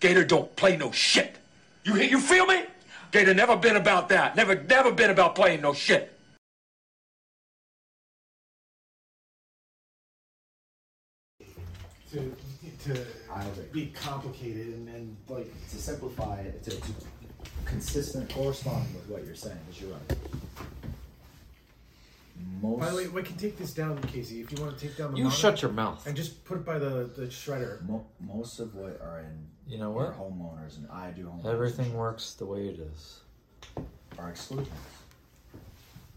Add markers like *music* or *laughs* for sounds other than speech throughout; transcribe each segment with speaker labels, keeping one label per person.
Speaker 1: Gator don't play no shit. You hear- you feel me? Gator never been about that. Never never been about playing no shit.
Speaker 2: to to
Speaker 3: I agree.
Speaker 2: be complicated and, and like
Speaker 3: to simplify it to, to consistent corresponding with what you're saying is you're right. Most
Speaker 2: by the way, we can take this down, Casey, if you want to take down the
Speaker 4: You
Speaker 2: mono-
Speaker 4: shut your mouth.
Speaker 2: and just put it by the, the shredder.
Speaker 3: mo- most of what are in
Speaker 4: You know
Speaker 3: your
Speaker 4: what?
Speaker 3: homeowners and I do homeowners
Speaker 4: Everything works the way it is.
Speaker 3: are exclusions.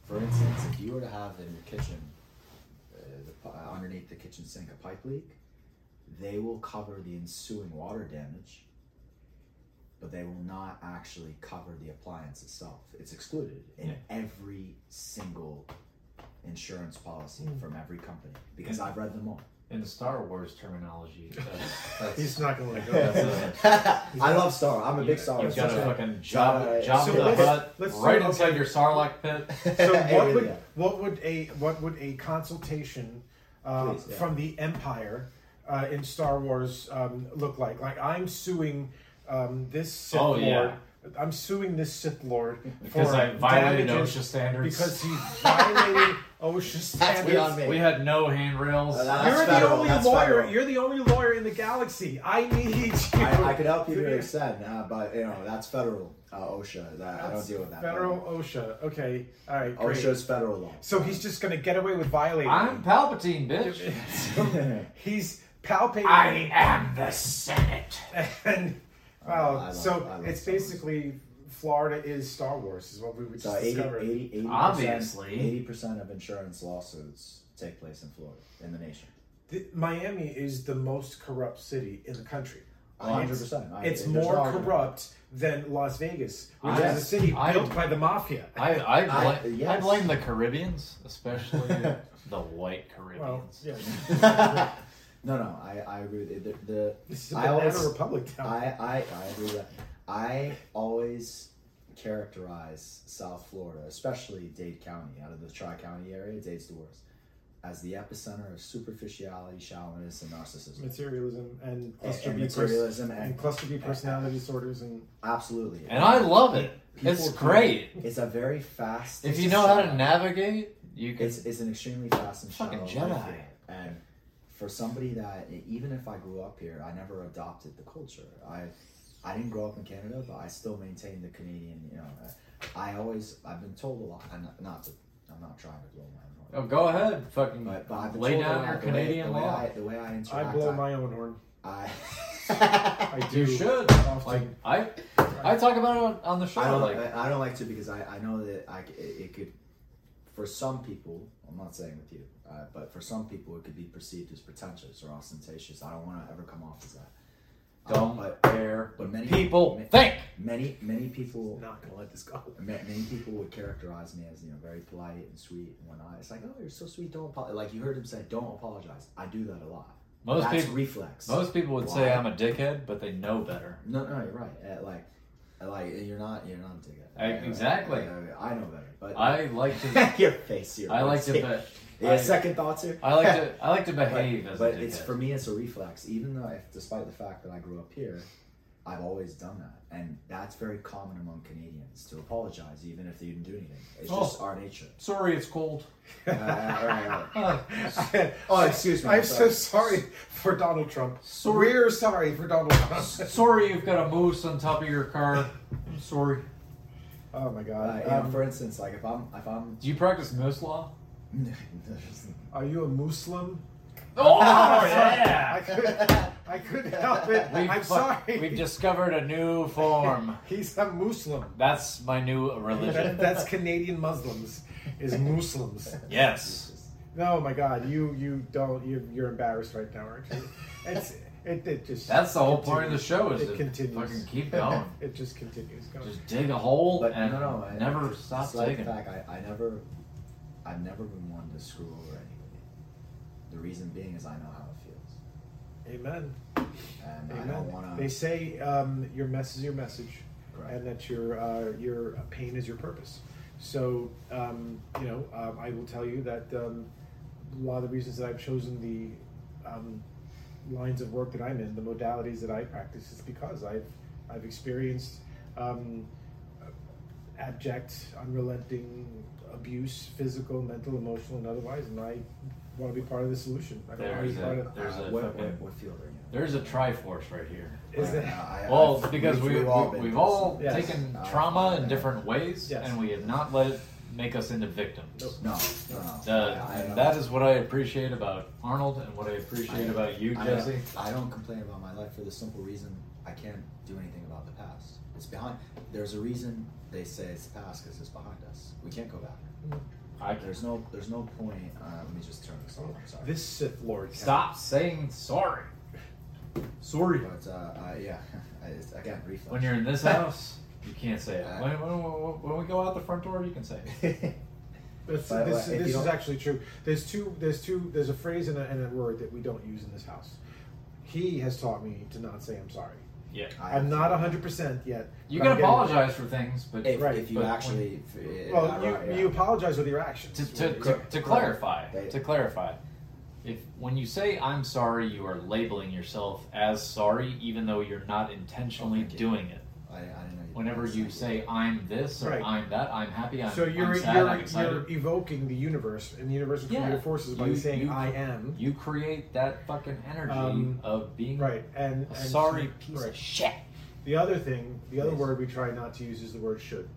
Speaker 3: For instance, if you were to have in your kitchen uh, the, pi- uh, underneath the kitchen sink a pipe leak, they will cover the ensuing water damage, but they will not actually cover the appliance itself. It's excluded in
Speaker 4: Yeah.
Speaker 3: every single insurance policy
Speaker 4: Hmm.
Speaker 3: from every company because I've read them all.
Speaker 4: In Star Wars terminology, that's, that's, uh,
Speaker 2: He's not gonna let *laughs*
Speaker 4: that's
Speaker 3: *laughs*
Speaker 2: go.
Speaker 4: a-
Speaker 3: I love Star. I'm a big Star Wars
Speaker 4: You've got
Speaker 3: fan.
Speaker 4: a fucking job,
Speaker 3: Alright.
Speaker 4: job
Speaker 2: So
Speaker 4: to the
Speaker 2: let's-
Speaker 4: butt,
Speaker 2: let's-
Speaker 4: right
Speaker 2: okay.
Speaker 4: inside your sarlacc
Speaker 2: *laughs*
Speaker 4: pit.
Speaker 2: so
Speaker 3: It
Speaker 2: what
Speaker 3: really-
Speaker 2: would
Speaker 3: yeah.
Speaker 2: what would a what would a consultation uh,
Speaker 3: Please, yeah.
Speaker 2: from the Empire uh, in Star Wars um, look like? Like I'm suing um, this Sith
Speaker 4: Oh,
Speaker 2: Lord.
Speaker 4: yeah.
Speaker 2: I'm suing this Sith Lord
Speaker 4: Because
Speaker 2: for
Speaker 4: I violated
Speaker 2: damages
Speaker 4: OSHA standards.
Speaker 2: Because he
Speaker 4: *laughs*
Speaker 2: violated OSHA standards.
Speaker 3: That's beyond me.
Speaker 4: We had no handrails.
Speaker 3: Uh, that-
Speaker 2: You're
Speaker 3: That's
Speaker 2: the
Speaker 3: federal,
Speaker 2: only
Speaker 3: that's
Speaker 2: lawyer.
Speaker 3: federal.
Speaker 2: You're the only lawyer in the galaxy. I need you.
Speaker 3: I, I could help you to an extent, uh, but you know that's federal uh, OSHA. That, I don't deal with that.
Speaker 2: Federal OSHA. Okay. All right. Great.
Speaker 3: OSHA's Oh, federal law.
Speaker 2: So he's just gonna get away with violating.
Speaker 4: I'm Palpatine,
Speaker 3: *laughs*
Speaker 4: bitch.
Speaker 2: So *laughs* he's palpating.
Speaker 4: am the Senate.
Speaker 3: *laughs*
Speaker 2: And
Speaker 3: I
Speaker 2: wow.
Speaker 3: love- I
Speaker 2: so
Speaker 3: love
Speaker 2: it's
Speaker 3: Star Wars.
Speaker 2: basically Florida is Star Wars, is what we just
Speaker 3: So 80,
Speaker 2: discovered.
Speaker 3: 80, 80%,
Speaker 4: Obviously.
Speaker 3: 80% of insurance lawsuits take place in Florida, in the nation.
Speaker 2: The- Miami is the most corrupt city in the country.
Speaker 3: A hundred percent. I-
Speaker 2: It's
Speaker 3: there's no
Speaker 2: more
Speaker 3: argument.
Speaker 2: corrupt than Las Vegas, which
Speaker 4: I-
Speaker 2: is a city
Speaker 4: I-
Speaker 2: built by the mafia.
Speaker 4: I I, bla-
Speaker 3: I- yes.
Speaker 4: I blame the Caribbeans, especially the white Caribbeans.
Speaker 2: well, yeah.
Speaker 3: *laughs* No, no, I, I agree with it. The, the,
Speaker 2: This is a
Speaker 3: I
Speaker 2: banana
Speaker 3: always,
Speaker 2: republic
Speaker 3: I,
Speaker 2: down
Speaker 3: I, I agree with that. I always characterize South Florida, especially Dade County, out of the Tri County area, Dade's the worst, as the epicenter of superficiality, shallowness, and narcissism.
Speaker 2: materialism and
Speaker 3: And-
Speaker 2: cluster
Speaker 3: and
Speaker 2: B pers-
Speaker 3: materialism and-
Speaker 2: and cluster B personality disorders and
Speaker 3: Absolutely.
Speaker 4: And I love it.
Speaker 3: People
Speaker 4: it's
Speaker 3: can-
Speaker 4: great.
Speaker 3: It's a very fast.
Speaker 4: If you know how to
Speaker 3: society.
Speaker 4: navigate, you can.
Speaker 3: It's, it's an extremely fast and
Speaker 4: Fucking
Speaker 3: shallow life
Speaker 4: Jedi.
Speaker 3: here. And for somebody that e, even if I grew up here, I never adopted the culture. I I didn't grow up in Canada, but I still maintain the Canadian. You know, uh, I always I've been told a lot. I'm not, not to, I'm not trying to blow my own horn,
Speaker 4: oh, go ahead, fucking
Speaker 3: but but I've been
Speaker 4: lay
Speaker 3: told a
Speaker 4: down
Speaker 3: lot.
Speaker 4: your
Speaker 3: The way-
Speaker 4: Canadian
Speaker 3: the way,
Speaker 4: law.
Speaker 3: I, the way I interact.
Speaker 2: I blow
Speaker 3: I,
Speaker 2: my own horn.
Speaker 3: I, *laughs*
Speaker 2: I do.
Speaker 4: you should. Like
Speaker 2: often.
Speaker 4: I, I talk about it on, on the show.
Speaker 3: I don't
Speaker 4: like,
Speaker 3: like. I I don't like to because I, I know that I c- it, it could, for some people, I'm not saying with you, uh, but for some people it could be perceived as pretentious or ostentatious. I don't want to ever come off as that. I
Speaker 4: don't
Speaker 3: but
Speaker 4: care.
Speaker 3: but many
Speaker 4: People
Speaker 3: ma-
Speaker 4: think.
Speaker 3: many many people
Speaker 2: not gonna let this go. *laughs*
Speaker 3: ma- many people would characterize me as you know very polite and sweet and whatnot. It's like oh you're so sweet don't apologize. Like you heard him say don't apologize. I do that a lot.
Speaker 4: Most
Speaker 3: That's
Speaker 4: people-
Speaker 3: reflex.
Speaker 4: Most people would say
Speaker 3: Why?
Speaker 4: I'm a dickhead, but they know better.
Speaker 3: No, no, you're right. Uh, like, uh, like you're not, you're not digging.
Speaker 4: Uh, exactly.
Speaker 3: I, I know better, but
Speaker 4: I like to.
Speaker 3: *laughs* your face. Your *laughs*
Speaker 4: I like
Speaker 3: face.
Speaker 4: to. Be,
Speaker 3: Yeah,
Speaker 4: I-
Speaker 3: second thoughts here.
Speaker 4: I like
Speaker 3: *laughs*
Speaker 4: to. I like to
Speaker 3: But-
Speaker 4: behave as
Speaker 3: but
Speaker 4: a dickhead.
Speaker 3: it's for me, it's a reflex. Even though, if, despite the fact that I grew up here, I've always done that, and that's very common among Canadians to apologize, even if they didn't do anything. It's
Speaker 4: Oh.
Speaker 3: just our nature.
Speaker 4: Sorry, it's cold. *laughs*
Speaker 3: Uh, right, right, right.
Speaker 4: Uh,
Speaker 3: *laughs* Oh, excuse me.
Speaker 2: I'm so
Speaker 3: sorry.
Speaker 2: sorry for Donald Trump.
Speaker 4: Sorry.
Speaker 2: We're sorry for Donald Trump.
Speaker 3: *laughs*
Speaker 4: sorry, you've got a moose on top of your car. I'm sorry.
Speaker 2: Oh my
Speaker 3: Uh,
Speaker 2: God.
Speaker 3: you know,
Speaker 2: Um,
Speaker 3: for instance, like if I'm, if I'm,
Speaker 4: Do you practice moose law?
Speaker 2: are you a Muslim?
Speaker 4: Oh *laughs*
Speaker 2: I could,
Speaker 3: *laughs*
Speaker 2: I couldn't help it. I'm sorry.
Speaker 4: We've discovered a new form.
Speaker 2: He's a
Speaker 3: *laughs*
Speaker 2: Muslim.
Speaker 4: That's my new
Speaker 2: That,
Speaker 4: religion.
Speaker 2: that's Canadian Muslims. Is Muslims.
Speaker 4: Yes.
Speaker 2: No, my God, you you don't you you're embarrassed right now, aren't you? It's it, it just
Speaker 4: That's the whole point of the show is
Speaker 2: It
Speaker 4: to
Speaker 2: continues.
Speaker 4: fucking keep going.
Speaker 2: It just continues. Go.
Speaker 4: Just dig a hole
Speaker 3: But
Speaker 4: and
Speaker 3: no, no, I,
Speaker 4: never
Speaker 3: it's
Speaker 4: stop
Speaker 3: like the
Speaker 4: digging.
Speaker 3: fact I, I never, I've never been one to screw over anybody. The reason being is I know how it feels,
Speaker 2: Amen.
Speaker 3: and I don't
Speaker 2: Amen.
Speaker 3: want
Speaker 2: They
Speaker 3: to.
Speaker 2: say um, your mess is your message,
Speaker 3: Correct.
Speaker 2: and that your uh, your pain is your purpose. So um, you know, um, I will tell you that um, a lot of the reasons that I've chosen the um, lines of work that I'm in, the modalities that I practice, it's because I've I've experienced um, abject, unrelenting abuse, physical, mental, emotional, and otherwise, and I want to be part of the solution. I don't want to
Speaker 4: There's
Speaker 2: be part
Speaker 4: a
Speaker 2: of.
Speaker 4: there's
Speaker 3: Uh,
Speaker 4: a
Speaker 3: what,
Speaker 4: fucking,
Speaker 3: what, what field are you in?
Speaker 4: there's a triforce right here.
Speaker 2: Is
Speaker 3: Uh,
Speaker 2: that
Speaker 3: I-
Speaker 4: Well,
Speaker 3: I've-
Speaker 4: because we, we,
Speaker 3: all been
Speaker 4: we've
Speaker 3: through
Speaker 4: all
Speaker 3: some-
Speaker 2: Yes.
Speaker 4: taken
Speaker 3: Uh,
Speaker 4: trauma in
Speaker 3: yeah.
Speaker 4: different ways,
Speaker 2: Yes.
Speaker 4: and we have not let it make us into victims.
Speaker 2: Nope.
Speaker 3: No, no, no.
Speaker 4: Uh,
Speaker 3: I- I
Speaker 4: and
Speaker 3: don't-
Speaker 4: that is what I appreciate about Arnold, and what I appreciate
Speaker 3: I-
Speaker 4: about you,
Speaker 3: I don't-
Speaker 4: Jesse.
Speaker 3: I don't complain about my life for the simple reason I can't do anything about the past. It's behind. There's a reason they say it's the past because it's behind us. We can't go back.
Speaker 4: I can
Speaker 3: There's no. There's no point. Uh, let me just turn this off. I'm sorry.
Speaker 2: this Sith Lord?
Speaker 4: stop saying sorry.
Speaker 2: Sorry.
Speaker 3: But uh, uh, yeah, *laughs* I, it's- again, reflex.
Speaker 4: When you're
Speaker 3: *laughs*
Speaker 4: in this house, you can't say it.
Speaker 3: Uh,
Speaker 4: When, when, when when we go out the front door, you
Speaker 3: *laughs*
Speaker 4: can say it.
Speaker 2: This,
Speaker 3: By the
Speaker 2: this,
Speaker 3: way,
Speaker 2: this
Speaker 3: if you
Speaker 2: is
Speaker 3: don't-
Speaker 2: actually true. There's two. There's two. There's a phrase and a, and a word that we don't use in this house. He has taught me to not say I'm sorry.
Speaker 4: Yeah.
Speaker 3: I-
Speaker 2: I'm not 100 percent yet.
Speaker 4: You
Speaker 2: but I'm
Speaker 4: can
Speaker 2: getting there.
Speaker 4: apologize for things, but
Speaker 3: If,
Speaker 2: Right,
Speaker 3: if you
Speaker 4: but
Speaker 3: actually. If, it-
Speaker 2: Well,
Speaker 3: I-
Speaker 2: you,
Speaker 3: right, yeah.
Speaker 2: you apologize with your actions.
Speaker 4: to, to,
Speaker 2: Right.
Speaker 4: to, to clarify,
Speaker 3: They-
Speaker 4: to clarify, if when you say "I'm sorry," you are labeling yourself as sorry, even though you're not intentionally
Speaker 3: Oh, thank you.
Speaker 4: doing it.
Speaker 3: I, I didn't know.
Speaker 4: Whenever you say "I'm this" or
Speaker 2: Right.
Speaker 4: "I'm that," "I'm happy," "I'm,
Speaker 2: so you're
Speaker 4: I'm sad," "I'm excited,"
Speaker 2: you're, you're evoking the universe and the universe and creative forces by
Speaker 4: You-
Speaker 2: saying
Speaker 4: you-
Speaker 2: I am.
Speaker 4: You create that fucking energy
Speaker 2: Um,
Speaker 4: of being
Speaker 2: Right, and,
Speaker 4: a
Speaker 2: and
Speaker 4: sorry piece
Speaker 2: right.
Speaker 4: of shit.
Speaker 2: The other thing, the other
Speaker 3: Yes.
Speaker 2: word we try not to use is the word should,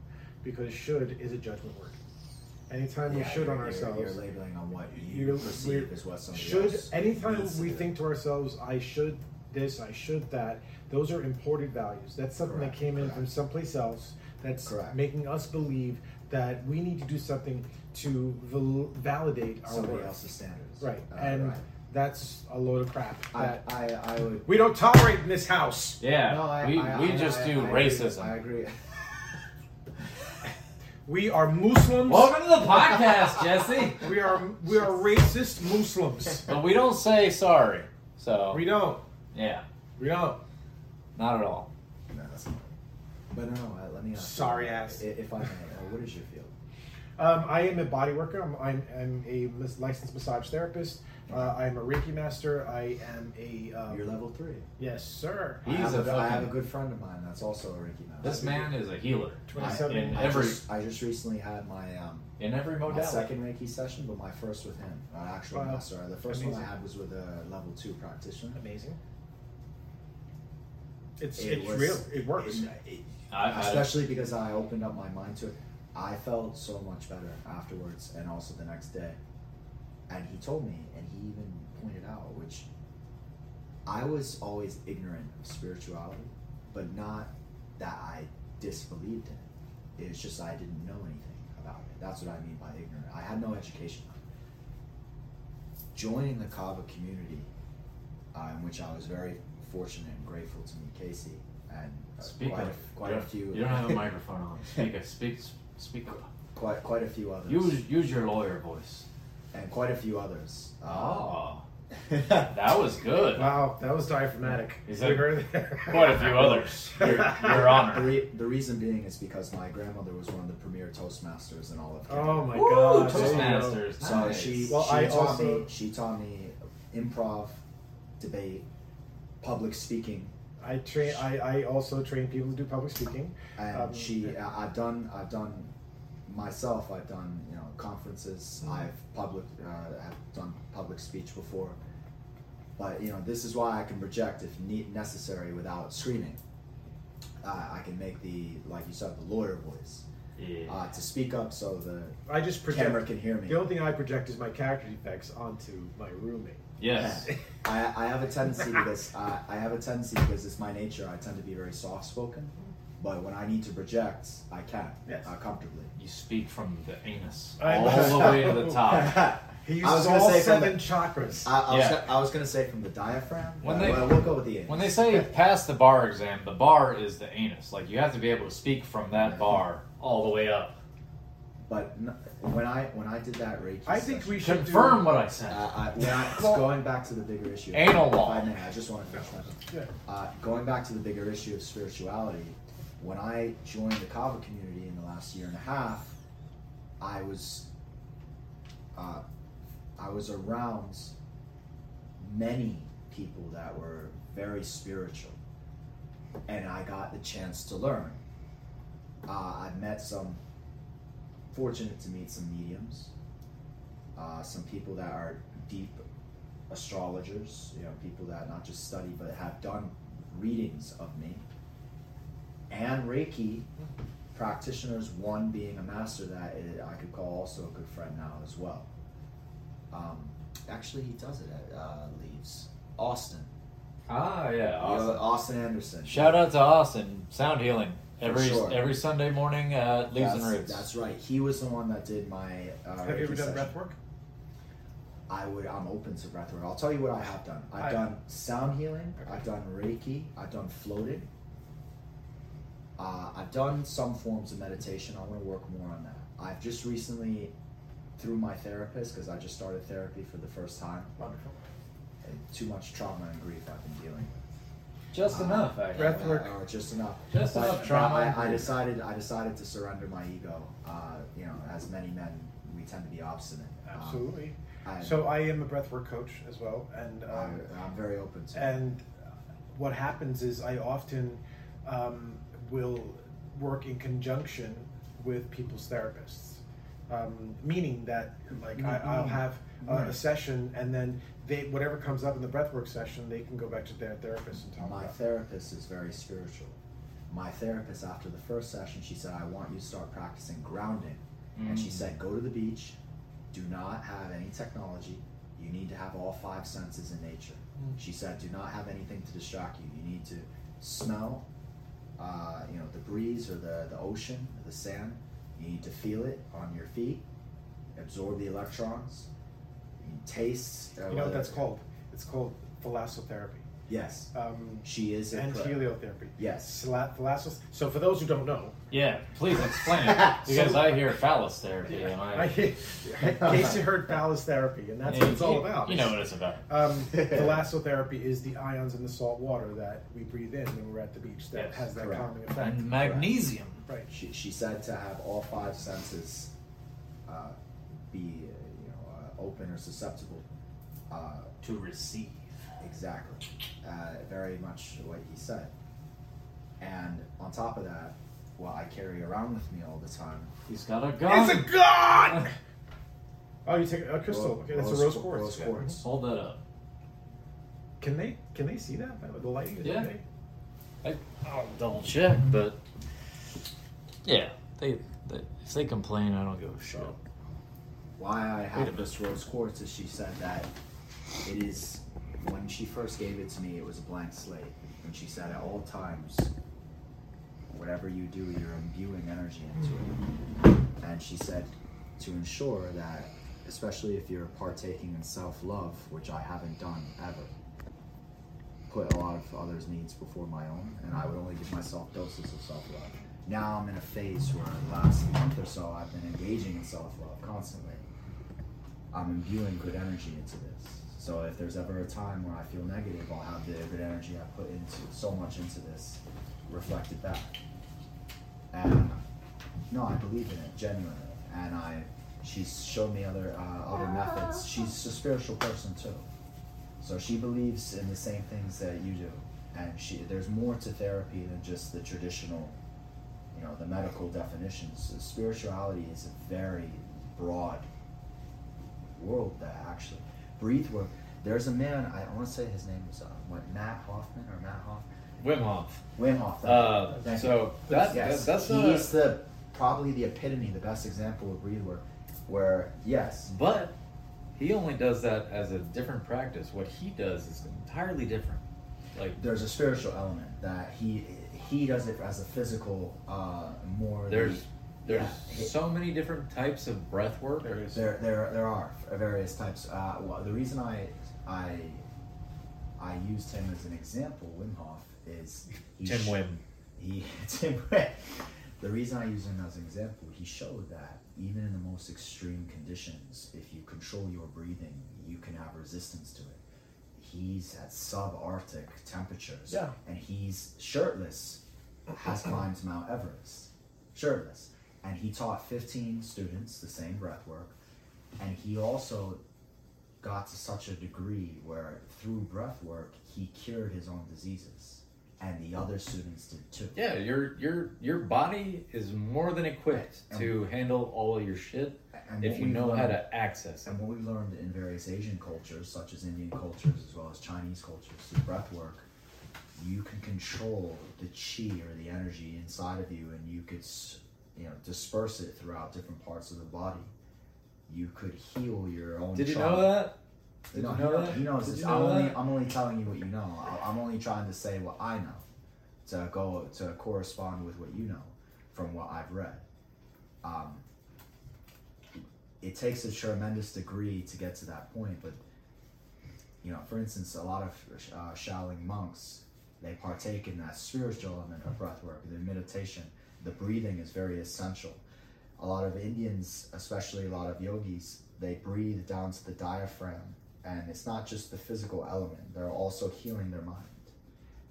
Speaker 2: because should is a judgment word. Anytime we
Speaker 3: Yeah,
Speaker 2: should on
Speaker 3: you're- you're-
Speaker 2: ourselves,
Speaker 3: You're labeling on what you
Speaker 2: You're-
Speaker 3: perceive
Speaker 2: we're-
Speaker 3: as what somebody
Speaker 2: should
Speaker 3: else
Speaker 2: anytime
Speaker 3: needs to
Speaker 2: we
Speaker 3: do.
Speaker 2: think to ourselves i should this i should that those are imported values that's something
Speaker 3: Correct,
Speaker 2: that came in
Speaker 3: correct.
Speaker 2: from someplace else that's
Speaker 3: Correct.
Speaker 2: making us believe that we need to do something to val- validate our
Speaker 3: somebody
Speaker 2: worth
Speaker 3: else's standards.
Speaker 2: right
Speaker 3: Uh,
Speaker 2: and
Speaker 3: right.
Speaker 2: that's a load of crap
Speaker 3: I,
Speaker 2: that
Speaker 3: I, I would.
Speaker 2: we don't tolerate in this house
Speaker 4: Yeah,
Speaker 3: No, I,
Speaker 4: we,
Speaker 3: I,
Speaker 4: we
Speaker 3: I-
Speaker 4: just
Speaker 3: I-
Speaker 4: do
Speaker 3: I agree-
Speaker 4: racism.
Speaker 3: I agree. *laughs*
Speaker 2: we are muslims
Speaker 4: *laughs* Welcome to the podcast, Jesse.
Speaker 2: *laughs* we are we are racist
Speaker 3: *laughs*
Speaker 2: muslims
Speaker 4: But we don't say sorry, so
Speaker 2: we don't
Speaker 4: yeah,
Speaker 2: we don't
Speaker 4: not at all.
Speaker 3: no, that's not. But no, uh, let me ask.
Speaker 2: Sorry
Speaker 3: you,
Speaker 2: ass.
Speaker 3: i- If I may, uh, what is your
Speaker 2: *laughs*
Speaker 3: field?
Speaker 2: Um, I am a body worker. I'm, I'm, I'm a mas- licensed massage therapist. Uh, I'm a Reiki master. I am a. Um,
Speaker 3: You're level three.
Speaker 2: Yes, sir.
Speaker 3: I
Speaker 4: He's
Speaker 3: have
Speaker 4: a
Speaker 3: good- I have a
Speaker 4: fucking-
Speaker 3: good friend of mine that's also a Reiki master.
Speaker 4: This man is a healer.
Speaker 3: I,
Speaker 2: 27.
Speaker 4: in
Speaker 3: I
Speaker 4: every
Speaker 3: just, I just recently had my um,
Speaker 4: in every
Speaker 3: my
Speaker 4: modality.
Speaker 3: second Reiki session, but my first with him, not actual
Speaker 2: Oh, Wow.
Speaker 3: master. The first one
Speaker 2: Amazing.
Speaker 3: I had was with a level two practitioner.
Speaker 2: Amazing. It's
Speaker 3: It
Speaker 2: it's
Speaker 3: was-
Speaker 2: real. It works.
Speaker 3: it- it-
Speaker 4: I've had it.
Speaker 3: especially because I opened up my mind to it. I felt so much better afterwards, and also the next day. And he told me, and he even pointed out, which I was always ignorant of spirituality, but not that I disbelieved in it. It's just I didn't know anything about it. That's what I mean by ignorant. I had no education on it. Joining the Kava community, uh, in which I was very fortunate and grateful to meet Casey and uh,
Speaker 4: Speak
Speaker 3: quite,
Speaker 4: up.
Speaker 3: a, quite
Speaker 4: you
Speaker 3: a
Speaker 4: don't-
Speaker 3: few
Speaker 4: You don't have a microphone on. Speak up. Speak. Speak up.
Speaker 3: *laughs* quite quite a few others,
Speaker 4: Use use your lawyer voice.
Speaker 3: and quite a few others. Uh, Ah.
Speaker 4: Oh,
Speaker 3: *laughs* that
Speaker 4: that was good.
Speaker 2: Wow, that was diaphragmatic.
Speaker 4: Is
Speaker 2: You *laughs*
Speaker 4: that-
Speaker 2: heard that?
Speaker 4: Quite a few others.
Speaker 3: *laughs*
Speaker 4: Your, your
Speaker 3: the,
Speaker 4: honor.
Speaker 3: re- the reason being is because my grandmother was one of the premier toastmasters in all of Canada.
Speaker 2: Oh my
Speaker 4: Woo,
Speaker 2: god. there you go.
Speaker 4: Toastmasters.
Speaker 3: So
Speaker 4: nice.
Speaker 3: she
Speaker 2: Well,
Speaker 3: she
Speaker 2: I
Speaker 3: taught
Speaker 2: also-
Speaker 3: me she taught me improv, debate, public speaking,
Speaker 2: I train. I, I also train people to do public speaking.
Speaker 3: and
Speaker 2: Um,
Speaker 3: she I- I've done I've done myself I've done you know conferences
Speaker 2: Mm.
Speaker 3: I've public uh, I've done public speech before, but you know this is why I can project if need necessary without screaming. Uh, I can make the like you said the lawyer voice
Speaker 4: Yeah.
Speaker 3: uh, to speak up so the
Speaker 2: I just project.
Speaker 3: camera can hear me.
Speaker 2: The only thing I project is my character defects onto my roommate.
Speaker 4: yes.
Speaker 3: Yeah. I, I have a tendency because I, I have a tendency because it's my nature. I tend to be very soft spoken, but when I need to project, I can
Speaker 2: Yes.
Speaker 3: uh, comfortably.
Speaker 4: You speak from the anus
Speaker 2: *laughs* I-
Speaker 4: all the way to
Speaker 3: *laughs*
Speaker 4: the top.
Speaker 2: He
Speaker 3: I was
Speaker 2: uses
Speaker 3: gonna
Speaker 2: all
Speaker 3: say from
Speaker 2: seven
Speaker 3: the-
Speaker 2: chakras.
Speaker 3: I, I, was,
Speaker 4: Yeah.
Speaker 3: gonna, I was gonna say from the diaphragm.
Speaker 4: When
Speaker 3: uh,
Speaker 4: they-
Speaker 3: well, we'll go with the anus.
Speaker 4: When they say pass the bar exam, the bar is the anus. Like you have to be able to speak from that bar all the way up.
Speaker 3: but n- when I when I did that Reiki,
Speaker 2: I think
Speaker 3: session,
Speaker 2: we should
Speaker 4: Confirm
Speaker 2: Do,
Speaker 4: what I said.
Speaker 3: Uh, I, when I,
Speaker 2: Well-
Speaker 3: going back to the bigger issue.
Speaker 4: Anal
Speaker 3: if I
Speaker 4: wall.
Speaker 3: may, I just want to finish my thought.
Speaker 2: Yeah.
Speaker 3: Uh, going back to the bigger issue of spirituality, when I joined the Kava community in the last year and a half, I was, uh, I was around many people that were very spiritual, and I got the chance to learn. Uh, I met some, fortunate to meet some mediums, uh, some people that are deep astrologers, you know, people that not just study but have done readings of me, and Reiki practitioners, one being a master that i I could call also a good friend now as well. Um, actually, he does it at uh, Leaves. Austin.
Speaker 4: Ah, yeah.
Speaker 3: Austin.
Speaker 4: Austin.
Speaker 3: Austin Anderson.
Speaker 4: Shout out to Austin. Sound healing every
Speaker 3: sure.
Speaker 4: every Sunday morning at Leaves
Speaker 3: that's,
Speaker 4: and Roots.
Speaker 3: That's right. He was the one that did my. Uh,
Speaker 2: Have you ever
Speaker 3: Reiki
Speaker 2: done
Speaker 3: session.
Speaker 2: breath work?
Speaker 3: I would. I'm open to breath work. I'll tell you what I have done. I've
Speaker 2: I-
Speaker 3: done sound healing.
Speaker 2: Okay.
Speaker 3: I've done Reiki. I've done floating. Uh, I've done some forms of meditation. I want to work more on that. I've just recently, through my therapist, because I just started therapy for the first time.
Speaker 2: Wonderful.
Speaker 3: and Too much trauma and grief I've been dealing with.
Speaker 4: Just
Speaker 3: Uh,
Speaker 4: enough, actually.
Speaker 2: Breath
Speaker 3: Uh,
Speaker 2: work.
Speaker 3: or just enough.
Speaker 4: Just
Speaker 3: But-
Speaker 4: enough
Speaker 3: but
Speaker 4: trauma and
Speaker 3: I, I
Speaker 4: grief.
Speaker 3: decided. I decided to surrender my ego. Uh, you know, as many men, we tend to be obstinate.
Speaker 4: Ah.
Speaker 3: Um,
Speaker 2: Absolutely.
Speaker 3: I,
Speaker 2: So I am a breathwork coach as well, and
Speaker 3: I,
Speaker 2: um,
Speaker 3: I'm very open to. it.
Speaker 2: and what happens is I often um, will work in conjunction with people's therapists, um, meaning that like I,
Speaker 4: Mm-hmm.
Speaker 2: I'll have a, a session and then they whatever comes up in the breathwork session they can go back to their therapist and talk
Speaker 3: My
Speaker 2: about.
Speaker 3: therapist is very spiritual. My therapist, after the first session, she said, "I want you to start practicing grounding," and
Speaker 2: Mm.
Speaker 3: she said, "Go to the beach. Do not have any technology. You need to have all five senses in nature."
Speaker 2: Mm.
Speaker 3: She said, "Do not have anything to distract you. You need to smell, uh, you know, the breeze or the the ocean, the sand. You need to feel it on your feet. Absorb the electrons. You need taste. uh,
Speaker 2: You know what
Speaker 3: whether-
Speaker 2: that's called? It's called thalassotherapy.
Speaker 3: Yes,
Speaker 2: Um,
Speaker 3: she is a
Speaker 2: and
Speaker 3: pro-
Speaker 2: heliotherapy.
Speaker 3: Yes.
Speaker 2: Thla- thalassos- So, for those who don't know,
Speaker 4: Yeah, please explain it because I hear phallus therapy and I.
Speaker 2: I, in case you heard phallus therapy, and that's what it's all
Speaker 4: you-
Speaker 2: about.
Speaker 4: You know what it's about.
Speaker 2: Um,
Speaker 4: *laughs*
Speaker 2: thalassotherapy is the ions in the salt water that we breathe in when we're at the beach that
Speaker 4: Yes,
Speaker 2: has that
Speaker 3: correct.
Speaker 2: calming effect.
Speaker 4: And magnesium.
Speaker 2: Right.
Speaker 3: She, she said to have all five senses uh, be uh, you know uh, open or susceptible. Uh,
Speaker 4: To receive.
Speaker 3: exactly, uh, very much what he said. And on top of that, what I carry around with me all the time.
Speaker 4: He's got a gun.
Speaker 2: god! Oh, you take a crystal. Okay, that's a rose
Speaker 3: qu-
Speaker 2: quartz.
Speaker 3: Rose
Speaker 2: yeah.
Speaker 3: quartz.
Speaker 4: Hold that up.
Speaker 2: Can they can they see that by the lighting? Is it
Speaker 4: Yeah.
Speaker 2: okay?
Speaker 4: I, I'll double check, but yeah, they, they if they complain, I don't give a shit.
Speaker 3: So, why I
Speaker 4: Wait a
Speaker 3: have
Speaker 4: minute.
Speaker 3: this rose quartz is she said that it is when she first gave it to me, it was a blank slate, and she said at all times, whatever you do, you're imbuing energy into it. And she said to ensure that, especially if you're partaking in self-love, which I haven't done ever. Put a lot of others' needs before my own, and I would only give myself doses of self-love. Now I'm in a phase where the last month or so I've been engaging in self-love constantly. I'm imbuing good energy into this. So if there's ever a time where I feel negative, I'll have the good energy I put into so much into this reflected back. And no, I believe in it genuinely. And I, she's shown me other uh, other methods. She's a spiritual person too, so she believes in the same things that you do. And she, there's more to therapy than just the traditional, you know, the medical definitions. Spirituality is a very broad world that actually breathe work. There's a man, I want to say his name is uh, what, Matt Hoffman or Matt Hoff?
Speaker 4: Wim Hof.
Speaker 3: Wim Hof. thank you.
Speaker 4: Uh,
Speaker 3: Thank
Speaker 4: so
Speaker 3: you.
Speaker 4: that,
Speaker 3: yes,
Speaker 4: that- that's
Speaker 3: he's
Speaker 4: a,
Speaker 3: the probably the epitome, the best example of breathe work. Where yes,
Speaker 4: but he only does that as a different practice. What he does is entirely different. Like
Speaker 3: there's a spiritual element that he he does it as a physical, uh, more
Speaker 4: there's there's
Speaker 3: yeah.
Speaker 4: so many different types of breath work.
Speaker 2: There it is.
Speaker 3: There, there, there are various types. Uh, well, the reason I, I, I used him as an example, Wim Hof, is he
Speaker 4: Tim
Speaker 3: sh-
Speaker 4: Wim.
Speaker 3: He *laughs* Tim Wim. The reason I use him as an example, he showed that even in the most extreme conditions, if you control your breathing, you can have resistance to it. He's at subarctic temperatures,
Speaker 2: Yeah.
Speaker 3: and he's shirtless, has climbed Mount Everest, shirtless, and he taught 15 students the same breath work, and he also got to such a degree where through breath work he cured his own diseases, and the other students did too.
Speaker 4: Yeah, your your your body is more than equipped to handle all your shit
Speaker 3: And
Speaker 4: if
Speaker 3: what
Speaker 4: you
Speaker 3: we've
Speaker 4: know how
Speaker 3: learned-
Speaker 4: to access it.
Speaker 3: And what we learned in various Asian cultures, such as Indian cultures as well as Chinese cultures, through breath work, you can control the chi or the energy inside of you, and you could, s- you know, disperse it throughout different parts of the body. You could heal your own.
Speaker 4: Did you
Speaker 3: trauma.
Speaker 4: know that? Did
Speaker 3: no,
Speaker 4: you know
Speaker 3: he,
Speaker 4: that?
Speaker 3: he knows
Speaker 4: Did
Speaker 3: this.
Speaker 4: you know
Speaker 3: I'm only,
Speaker 4: that?
Speaker 3: I'm only telling you what you know. I- I'm only trying to say what I know, to go to correspond with what you know, from what I've read. Um, it takes a tremendous degree to get to that point, but you know, for instance, a lot of uh, Shaolin monks they partake in that spiritual element of breath work, the meditation, the breathing is very essential. A lot of Indians, especially a lot of yogis, they breathe down to the diaphragm, and it's not just the physical element, they're also healing their mind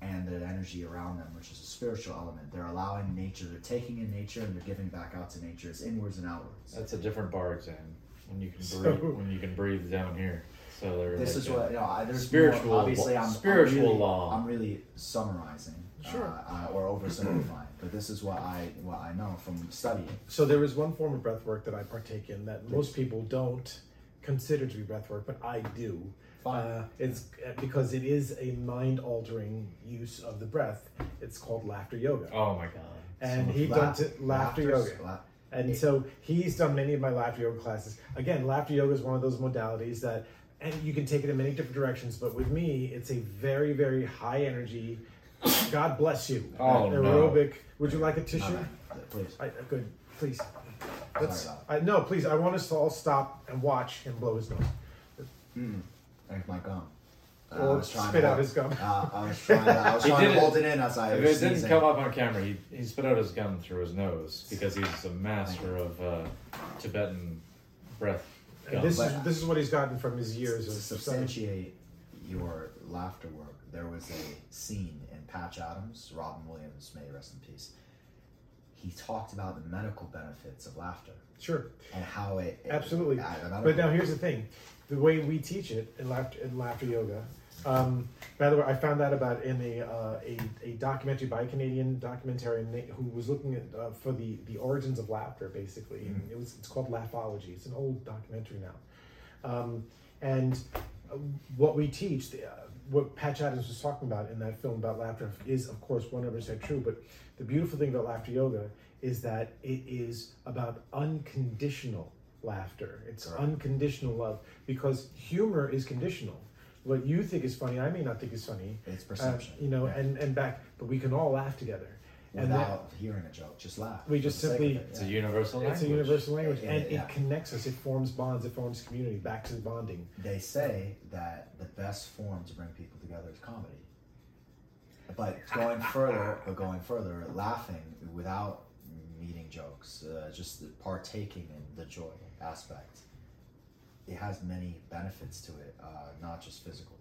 Speaker 3: and the energy around them, which is a spiritual element. They're allowing nature, they're taking in nature, and they're giving back out to nature. It's inwards and outwards.
Speaker 4: That's a different bar exam when you can
Speaker 2: So-
Speaker 4: breathe when you can breathe down here. So they're
Speaker 3: This
Speaker 4: like,
Speaker 3: is
Speaker 4: uh,
Speaker 3: what you know. I, there's
Speaker 4: Spiritual
Speaker 3: more, obviously. I'm I'm
Speaker 4: spiritual
Speaker 3: really-
Speaker 4: law.
Speaker 3: I'm really summarizing,
Speaker 2: Sure.
Speaker 3: uh, uh, or oversimplifying. but this is what I what I know from studying.
Speaker 2: So there is one form of breath work that I partake in that most people don't consider to be breath work, but I do.
Speaker 3: Fine.
Speaker 2: Uh, it's uh, because it is a mind altering use of the breath. It's called laughter yoga.
Speaker 4: Oh my god.
Speaker 2: and
Speaker 3: So
Speaker 2: he
Speaker 3: laugh-
Speaker 2: does it laughter
Speaker 3: laughter's-
Speaker 2: yoga.
Speaker 3: la-
Speaker 2: And so he's done many of my laughter yoga classes. Again, laughter yoga is one of those modalities that, and you can take it in many different directions. But with me, it's a very, very high energy. God bless you.
Speaker 4: Oh, no.
Speaker 2: aerobic. Would you like a tissue?
Speaker 3: Uh, Please.
Speaker 2: I, uh, good. Please. Let's.
Speaker 3: about
Speaker 2: I, no, please. I want us to all stop and watch him blow his nose.
Speaker 3: Thank my gum. Uh,
Speaker 2: Or
Speaker 3: I was trying
Speaker 2: spit
Speaker 3: to
Speaker 2: out
Speaker 3: hold-
Speaker 2: his gum.
Speaker 3: Uh, I was trying to, I was
Speaker 4: He
Speaker 3: trying
Speaker 4: did
Speaker 3: to
Speaker 4: *laughs* it.
Speaker 3: hold it in as I
Speaker 4: If
Speaker 3: was
Speaker 4: it didn't
Speaker 3: sneezing.
Speaker 4: come up on camera, he, he spit out his gum through his nose because he's a master of uh, Tibetan breath.
Speaker 2: And
Speaker 4: gum.
Speaker 2: this
Speaker 3: but-
Speaker 2: is this is what he's gotten from his years
Speaker 3: to
Speaker 2: of
Speaker 3: substantiate your laughter work, there was a scene in Patch Adams, Robin Williams, may he rest in peace. He talked about the medical benefits of laughter
Speaker 2: Sure.
Speaker 3: and how it, it-
Speaker 2: Absolutely.
Speaker 3: I- I don't
Speaker 2: But
Speaker 3: know.
Speaker 2: now here's the thing: the way we teach it in laughter in laughter yoga. Um, by the way, I found that about in a, uh, a a documentary by a Canadian documentarian na- who was looking at uh, for the the origins of laughter, basically. And
Speaker 3: Mm-hmm.
Speaker 2: it was it's called Laughology. It's an old documentary now, um, and uh, what we teach. The, uh, what Patch Adams was talking about in that film about laughter is, of course, 100% true. But the beautiful thing about laughter yoga is that it is about unconditional laughter. It's unconditional love because humor is conditional. What you think is funny, I may not think is funny.
Speaker 3: It's
Speaker 2: Uh,
Speaker 3: perception,
Speaker 2: you know,
Speaker 3: yeah.
Speaker 2: and and back, but we can all laugh together. And that,
Speaker 3: without hearing a joke, just laugh.
Speaker 2: We
Speaker 3: for
Speaker 2: just
Speaker 3: the sake of
Speaker 2: simply-
Speaker 3: it,
Speaker 4: It's
Speaker 3: yeah.
Speaker 4: a universal language.
Speaker 2: it's a universal language,
Speaker 3: Yeah,
Speaker 2: and
Speaker 3: yeah.
Speaker 2: it connects us. It forms bonds. It forms community. Back to the bonding.
Speaker 3: They say that the best form to bring people together is comedy. But going further, but going further, laughing without needing jokes, uh, just the partaking in the joy aspect, it has many benefits to it, uh, not just physical.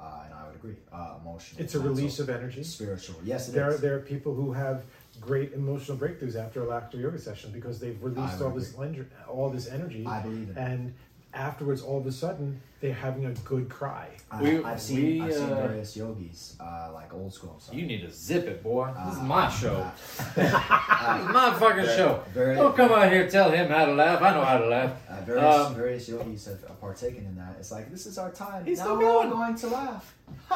Speaker 3: Uh, and I would agree, uh, emotional.
Speaker 2: It's a release
Speaker 3: mental,
Speaker 2: of energy.
Speaker 3: spiritual. Yes, it is.
Speaker 2: There are, there are people who have great emotional breakthroughs after a laughter yoga session because they've released
Speaker 3: I
Speaker 2: all
Speaker 3: agree.
Speaker 2: this lenger, all this energy,
Speaker 3: I believe it.
Speaker 2: and afterwards, all of a sudden, they're having a good cry.
Speaker 3: I,
Speaker 4: We-
Speaker 3: I've seen
Speaker 4: we,
Speaker 3: I've seen
Speaker 4: uh,
Speaker 3: various yogis, uh, like old school. stuff.
Speaker 4: You need to zip it, boy. this is my show. *laughs* this is my
Speaker 3: Ah,
Speaker 4: fucking
Speaker 3: very-
Speaker 4: show.
Speaker 3: very-
Speaker 4: Don't come out here tell him how to laugh. I know how to laugh.
Speaker 3: Uh, various,
Speaker 4: Um,
Speaker 3: various yogis have uh, partaken in that. It's like this is our time.
Speaker 4: He's
Speaker 3: now
Speaker 4: still
Speaker 3: we're all
Speaker 4: going.
Speaker 3: going to laugh. *laughs*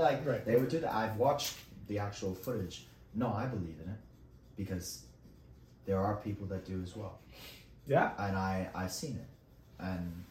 Speaker 3: like
Speaker 2: Right.
Speaker 3: they would do that. I've watched the actual footage. No, I believe in it because there are people that do as well,
Speaker 2: Yeah,
Speaker 3: and I I've seen it, and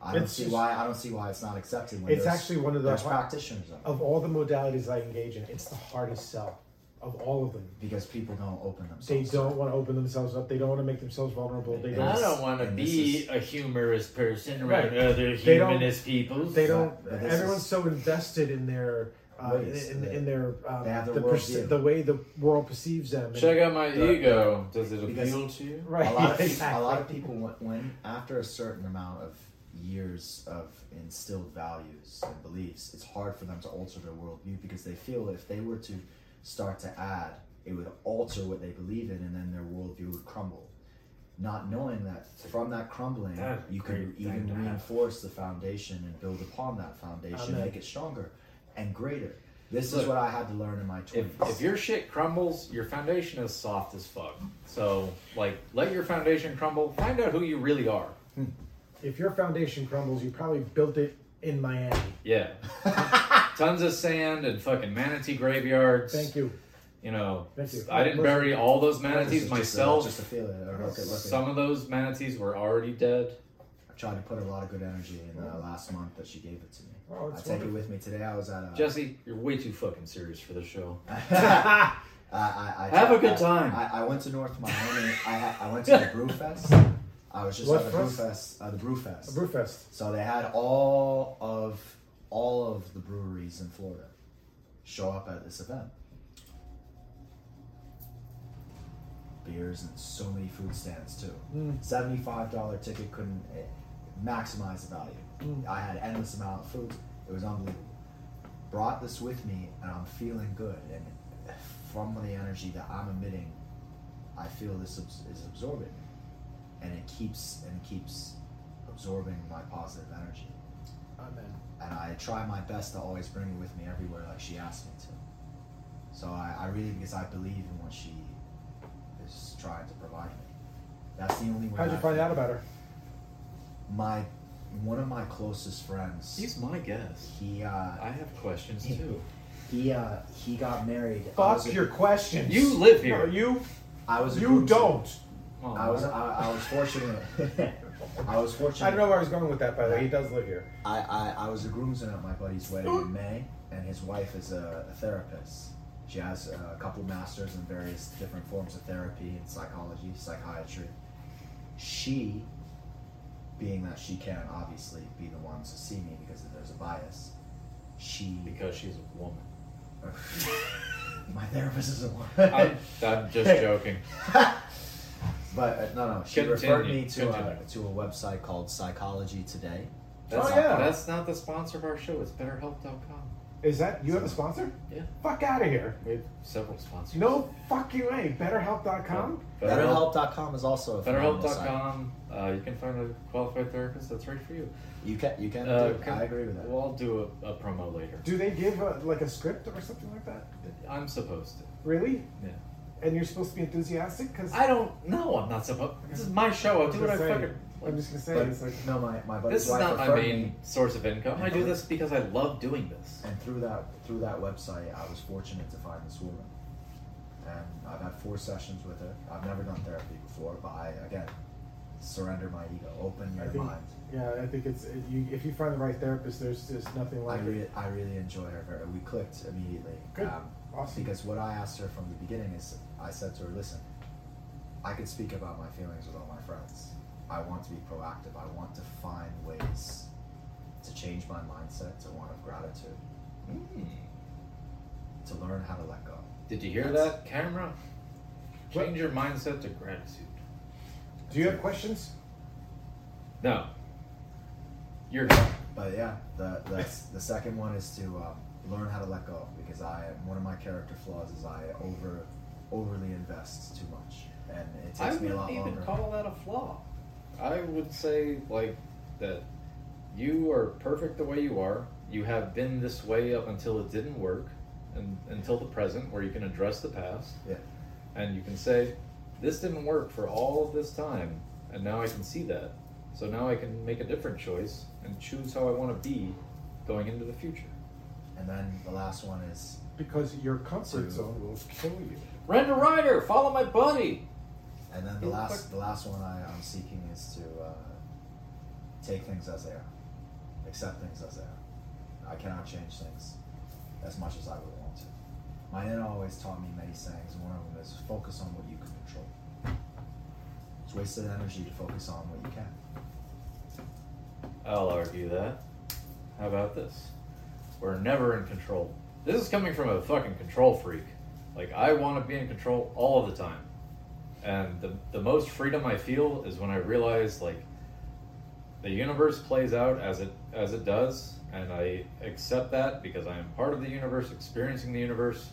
Speaker 3: I don't
Speaker 2: It's
Speaker 3: see
Speaker 2: just-
Speaker 3: why I don't see why it's not accepted. When
Speaker 2: It's
Speaker 3: there's-
Speaker 2: actually one of the Oh.
Speaker 3: there's
Speaker 2: har-
Speaker 3: practitioners of it
Speaker 2: of all the modalities I engage in, it's the hardest sell of all of them.
Speaker 3: because people don't open
Speaker 2: They
Speaker 3: themselves.
Speaker 2: don't want to open themselves up. They don't want to make themselves vulnerable. They
Speaker 3: And
Speaker 2: don't.
Speaker 4: I
Speaker 3: this-
Speaker 4: don't want to
Speaker 3: and this
Speaker 4: be
Speaker 3: is-
Speaker 4: a humorous person around
Speaker 2: Right.
Speaker 4: other
Speaker 2: They don't-
Speaker 4: humanist people.
Speaker 2: They don't.
Speaker 3: But this
Speaker 2: everyone's
Speaker 3: is-
Speaker 2: so invested in their. Uh,
Speaker 3: Ways
Speaker 2: in, in,
Speaker 3: that-
Speaker 2: in their, um,
Speaker 3: they have their
Speaker 2: the,
Speaker 3: worldview.
Speaker 2: the way the world perceives them. and-
Speaker 4: Check out my ego. Does it
Speaker 3: Because-
Speaker 4: appeal to you?
Speaker 2: *laughs* right,
Speaker 3: a lot of,
Speaker 2: exactly.
Speaker 3: a lot of people when, when after a certain amount of years of instilled values and beliefs it's hard for them to alter their worldview because they feel if they were to start to add it would alter what they believe in and then their worldview would crumble not knowing that from that crumbling,
Speaker 5: That is a
Speaker 3: you can
Speaker 5: great thing
Speaker 3: even
Speaker 5: to have.
Speaker 3: reinforce the foundation and build upon that foundation,
Speaker 2: Amen.
Speaker 3: make it stronger and greater. This is
Speaker 4: Look,
Speaker 3: what I had to learn in my
Speaker 4: If,
Speaker 3: twenties.
Speaker 4: if your shit crumbles, your foundation is soft as fuck. So, like, let your foundation crumble. Find out who you really are.
Speaker 2: If your foundation crumbles, you probably built it in Miami. *laughs*
Speaker 4: Yeah. Tons of sand and fucking manatee graveyards.
Speaker 2: Thank
Speaker 4: *laughs*
Speaker 2: you.
Speaker 4: You know,
Speaker 2: Thank you.
Speaker 4: I didn't bury all those manatees myself.
Speaker 3: just to feel it. Or look at, look at.
Speaker 4: Some of those manatees were already dead.
Speaker 3: I tried to put a lot of good energy in uh, last month that she gave it to me.
Speaker 2: Oh,
Speaker 3: I
Speaker 2: it's
Speaker 3: take it with me today. I was at a.
Speaker 4: Jesse, you're way too fucking serious for this show.
Speaker 3: I, I, I,
Speaker 4: Have a good
Speaker 3: I-
Speaker 4: time.
Speaker 3: I, I went to North Miami. I, ha- I went
Speaker 4: *laughs*
Speaker 3: to the Brew Fest. I was just
Speaker 2: What
Speaker 3: at the Brew
Speaker 2: fest?
Speaker 3: Fest. Uh, the Brew Fest.
Speaker 2: A brewfest.
Speaker 3: So they had all of all of the breweries in Florida show up at this event. Beers and so many food stands too. Seventy-five dollar ticket couldn't eh, maximize the value. I had endless amount of food. It was unbelievable. Brought this with me, and I'm feeling good. And from the energy that I'm emitting, I feel this abs- is absorbing, me. and it keeps and it keeps absorbing my positive energy.
Speaker 2: Amen.
Speaker 3: And I try my best to always bring it with me everywhere, like she asked me to. So I, I really, because I believe in what she is trying to provide me. That's the only way.
Speaker 2: How'd you
Speaker 3: I
Speaker 2: find
Speaker 3: feel.
Speaker 2: out about her?
Speaker 3: My one of my closest friends.
Speaker 4: He's my guest.
Speaker 3: he
Speaker 4: I
Speaker 3: uh,
Speaker 4: have
Speaker 2: *laughs*
Speaker 4: questions too.
Speaker 3: he uh, he got married. I was
Speaker 2: Fuck
Speaker 3: a-
Speaker 2: your questions.
Speaker 4: You live
Speaker 2: No,
Speaker 4: here.
Speaker 2: you
Speaker 3: I was a
Speaker 2: you
Speaker 3: groomsman.
Speaker 2: don't.
Speaker 4: Aw.
Speaker 3: I was I, I was fortunate. *laughs* I was fortunate.
Speaker 2: I don't know where I was going with that. By the way, he does live here.
Speaker 3: I, I, I was a groomsman at my buddy's wedding in May, and his wife is a, a therapist. She has uh, a couple masters in various different forms of therapy and psychology, psychiatry. She, being that she can obviously be the ones to see me because there's a bias, she. *laughs*
Speaker 4: because she's
Speaker 2: *laughs*
Speaker 4: a woman.
Speaker 3: my therapist is a
Speaker 4: I'm,
Speaker 3: woman.
Speaker 4: I'm just joking.
Speaker 3: *laughs* but uh, no, no, she
Speaker 4: Continue,
Speaker 3: referred me to a,
Speaker 4: continue.
Speaker 3: to a website called Psychology Today.
Speaker 4: That's,
Speaker 2: Oh,
Speaker 4: not,
Speaker 2: yeah.
Speaker 4: that's not the sponsor of our show. It's BetterHelp.com.
Speaker 2: Is that you have a sponsor?
Speaker 4: Yeah,
Speaker 2: Fuck out of here.
Speaker 4: we have several sponsors.
Speaker 2: No fucking way. BetterHelp.com.
Speaker 4: BetterHelp.
Speaker 3: BetterHelp.com is also a phenomenal site.
Speaker 4: BetterHelp.com. Uh, you can find a qualified therapist that's right for you.
Speaker 3: You can you can.
Speaker 4: Uh,
Speaker 3: do it.
Speaker 4: can-
Speaker 3: I agree with that.
Speaker 4: We'll all do a, a promo later.
Speaker 2: Do they give a, like a script or something like that?
Speaker 4: I'm supposed to.
Speaker 2: Really?
Speaker 4: Yeah.
Speaker 2: And you're supposed to be enthusiastic because
Speaker 4: I don't know. I'm not supposed. This is my show. I do what I fucking.
Speaker 2: I'm just gonna say
Speaker 3: But
Speaker 2: it's like
Speaker 3: no, my my buddy's
Speaker 4: This is
Speaker 3: wife
Speaker 4: not my
Speaker 3: referred
Speaker 4: main
Speaker 3: me,
Speaker 4: source of income. I do
Speaker 2: Uh-huh.
Speaker 4: this because I love doing this.
Speaker 3: and through that through that website, I was fortunate to find this woman, and I've had four sessions with her. I've never done therapy before, but I again surrender my ego, open
Speaker 2: I
Speaker 3: your
Speaker 2: think-
Speaker 3: mind.
Speaker 2: yeah. I think it's it, you, if you find the right therapist, there's just nothing
Speaker 3: I
Speaker 2: like it.
Speaker 3: really I really enjoy her. very We clicked immediately.
Speaker 2: Good.
Speaker 3: Um,
Speaker 2: Awesome.
Speaker 3: Because what I asked her from the beginning is, I said to her, listen, I can speak about my feelings with all my friends. I want to be proactive. I want to find ways to change my mindset to one of gratitude,
Speaker 4: Mm.
Speaker 3: to learn how to let go.
Speaker 4: Did you hear
Speaker 3: That's-
Speaker 4: that, camera? Change your mindset to gratitude.
Speaker 2: Do you have questions?
Speaker 4: No. You're.
Speaker 3: But yeah, the, the,
Speaker 4: *laughs*
Speaker 3: the second one is to um, learn how to let go because I one of my character flaws is I over overly invest too much, and it
Speaker 4: I
Speaker 3: takes me a
Speaker 4: wouldn't
Speaker 3: lot
Speaker 4: even
Speaker 3: longer.
Speaker 4: call that a flaw. I would say like that you are perfect the way you are. You have been this way up until it didn't work, and until the present, where you can address the past
Speaker 3: yeah,
Speaker 4: and you can say, "This didn't work for all of this time, and now I can see that. So now I can make a different choice and choose how I want to be going into the future."
Speaker 3: and then the last one is
Speaker 2: Because your comfort
Speaker 3: Two.
Speaker 2: zone will kill you.
Speaker 4: Rent a rider. Follow my buddy.
Speaker 3: And then the
Speaker 4: Who
Speaker 3: last,
Speaker 4: fuck-
Speaker 3: the last one I, I'm seeking is to uh, take things as they are, accept things as they are. I cannot change things as much as I would want to. My nana always taught me many sayings, and one of them is focus on what you can control. It's wasted energy to focus on what you can.
Speaker 4: I'll argue that. How about this? We're never in control. This is coming from a fucking control freak. Like, I want to be in control all of the time. And the, the most freedom I feel is when I realize, like, the universe plays out as it as it does, and I accept that because I am part of the universe, experiencing the universe.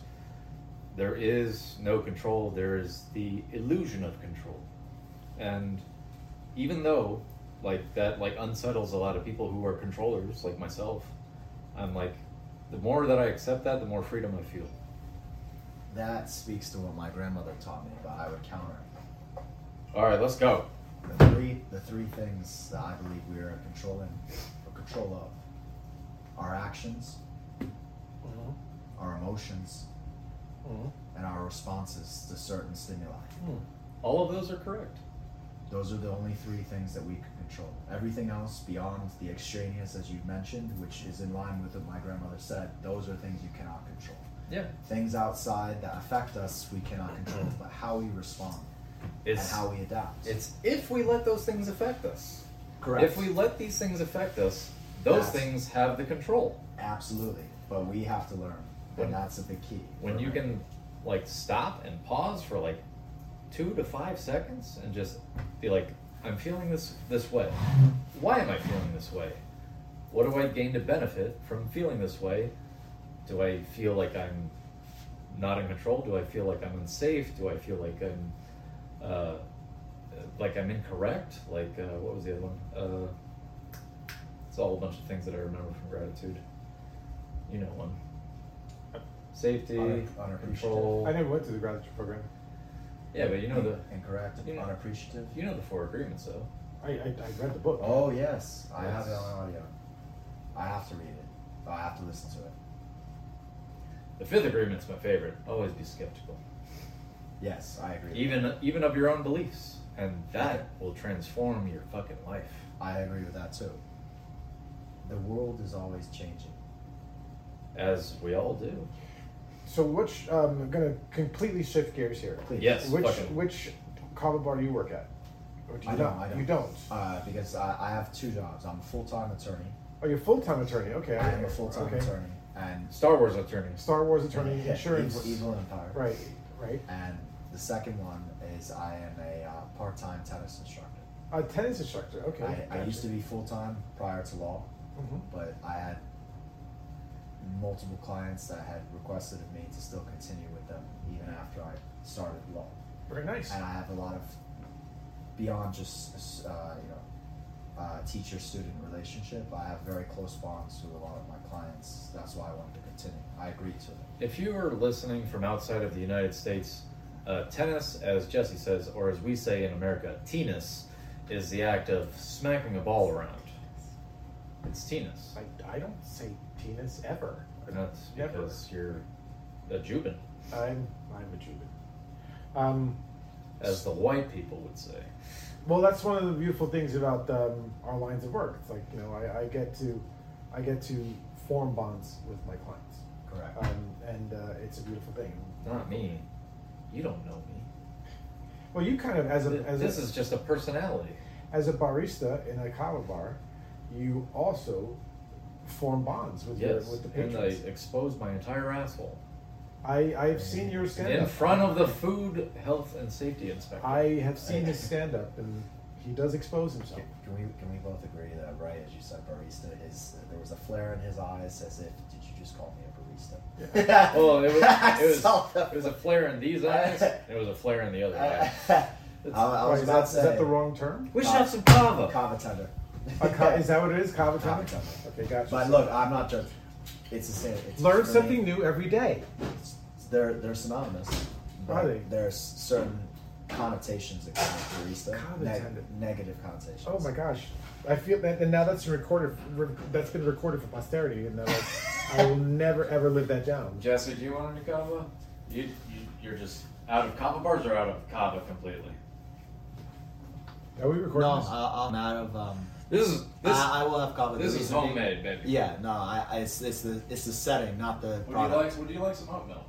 Speaker 4: There is no control. There is the illusion of control. and even though like that like unsettles a lot of people who are controllers like myself i'm like the more that i accept that the more freedom i feel
Speaker 3: That speaks to what my grandmother taught me, but I would counter.
Speaker 4: all right let's go
Speaker 3: The three, the three things that I believe we are in control in, or control of, our actions, our emotions, and our responses to certain stimuli.
Speaker 4: all of those are correct
Speaker 3: Those are the only three things that we can control. Everything else beyond the extraneous, as you've mentioned, which is in line with what my grandmother said, those are things you cannot control.
Speaker 4: yeah
Speaker 3: Things outside that affect us, we cannot control, but how we respond
Speaker 4: it's
Speaker 3: and how we adapt.
Speaker 4: it's if we let those things affect us
Speaker 3: correct.
Speaker 4: if we let these things affect us those
Speaker 3: Yes.
Speaker 4: things have the control
Speaker 3: Absolutely, but we have to learn,
Speaker 4: When-
Speaker 3: and that's a big key.
Speaker 4: when you can like stop and pause for like two to five seconds and just be like i'm feeling this this way why am i feeling this way what do i gain to benefit from feeling this way do i feel like i'm not in control do i feel like i'm unsafe do i feel like i'm uh, like i'm incorrect like uh, what was the other one uh, it's all a bunch of things that i remember from gratitude you know one safety
Speaker 3: Unap- unappreciative.
Speaker 4: control
Speaker 2: I never went to the gratitude program.
Speaker 4: yeah, but you know the
Speaker 3: incorrect,
Speaker 4: You know-
Speaker 3: unappreciative.
Speaker 4: you know the four agreements though.
Speaker 2: I, I, I read the book.
Speaker 3: Oh yes, I have it
Speaker 4: Yes.
Speaker 3: on audio. I have to read it. I have to listen to it.
Speaker 4: The fifth agreement's my favorite. Always be skeptical,
Speaker 3: Yes, I agree.
Speaker 4: even even of your own beliefs, and that will transform your fucking life.
Speaker 3: I agree with that too. The world is always changing.
Speaker 4: As we all do.
Speaker 2: So which um, I'm gonna completely shift gears here.
Speaker 3: Please.
Speaker 4: Yes.
Speaker 2: Which
Speaker 4: fucking-
Speaker 2: which kava bar do you work at? Or do you
Speaker 3: I don't. I don't.
Speaker 2: You don't.
Speaker 3: Uh, because I, I have two jobs. I'm a full time attorney.
Speaker 2: Oh, you're a full time attorney. Okay.
Speaker 3: I am a full time
Speaker 2: okay.
Speaker 3: attorney and
Speaker 4: Star Wars attorneys.
Speaker 2: Star Wars attorney,
Speaker 3: Yeah,
Speaker 2: insurance.
Speaker 3: *laughs* Evil, evil empire.
Speaker 2: Right. Right.
Speaker 3: And the second one is I am a uh, part time tennis instructor.
Speaker 2: A tennis instructor. Okay.
Speaker 3: I, I used to be full time prior to law,
Speaker 2: hmm
Speaker 3: but I had multiple clients that had requested of me to still continue with them even after I started law.
Speaker 2: Very nice.
Speaker 3: And I have a lot of beyond just uh, you know uh, teacher student relationship. I have very close bonds with a lot of my clients. That's why I wanted to continue. I agreed to it.
Speaker 4: If you are listening from outside of the United States, uh, tennis, as Jesse says, or as we say in America, tennis, is the act of smacking a ball around. It's tennis.
Speaker 2: I, I don't say penis ever.
Speaker 4: And that's
Speaker 2: Never.
Speaker 4: because you're a Jubin,
Speaker 2: I'm I'm a Jew. Um,
Speaker 4: as the white people would say.
Speaker 2: Well, that's one of the beautiful things about um, our lines of work. It's like you know, I, I get to, I get to form bonds with my clients,
Speaker 3: Correct.
Speaker 2: um, and uh, it's a beautiful thing.
Speaker 4: Not me. You don't know me.
Speaker 2: Well, you kind of as a
Speaker 4: Th-
Speaker 2: as
Speaker 4: this
Speaker 2: a,
Speaker 4: is just a personality.
Speaker 2: as a barista in a kava bar, you also form bonds with your
Speaker 4: Yes,
Speaker 2: with the
Speaker 4: and I
Speaker 2: patrons.
Speaker 4: exposed my entire asshole
Speaker 2: I I've seen your stand
Speaker 4: in
Speaker 2: up.
Speaker 4: front of the food health and safety inspector.
Speaker 2: I have seen his stand up, and he does expose himself.
Speaker 3: Can we can we both agree that right as you said barista his there was a flare in his eyes as if did you just call me a barista? *laughs*
Speaker 4: well, it was,
Speaker 3: I
Speaker 4: it,
Speaker 3: saw
Speaker 4: was,
Speaker 3: that.
Speaker 4: it was a flare in
Speaker 3: *laughs*
Speaker 4: these eyes. and It was a flare in the
Speaker 2: *laughs*
Speaker 4: other eye.
Speaker 3: I, I was
Speaker 2: Right, is,
Speaker 3: about
Speaker 2: that,
Speaker 3: to
Speaker 2: is
Speaker 3: say
Speaker 2: that the wrong
Speaker 3: *laughs*
Speaker 2: term?
Speaker 4: We should have some kava.
Speaker 3: Kava
Speaker 2: *laughs*
Speaker 3: tender.
Speaker 2: A ca- is that what it is? Kava
Speaker 3: Kava
Speaker 2: time?
Speaker 3: tender.
Speaker 2: Okay, gotcha.
Speaker 3: *laughs* But look, I'm not judging. It's the same. It's
Speaker 2: Learn
Speaker 3: for
Speaker 2: something
Speaker 3: me,
Speaker 2: new every day.
Speaker 3: They're they're synonymous.
Speaker 2: Are
Speaker 3: but
Speaker 2: they?
Speaker 3: There's certain connotations that come with barista.
Speaker 2: Kava tender.
Speaker 3: negative connotations.
Speaker 2: Oh my gosh, I feel that, and now that's recorded. Re- that's been recorded for posterity, and that *laughs* like, I will never ever live that down.
Speaker 4: Jesse, do you want any kava? You, you you're just out of kava bars or out of kava completely.
Speaker 2: Are we recording?
Speaker 3: No,
Speaker 2: this?
Speaker 3: I, I'm out of. Um,
Speaker 4: This is this.
Speaker 3: I, I will have kava. The
Speaker 4: this is
Speaker 3: reason being-
Speaker 4: homemade, baby.
Speaker 3: Yeah, no, I, I it's, it's the it's the setting, not the
Speaker 4: Would you
Speaker 3: product.
Speaker 4: like? Would you like some oat milk?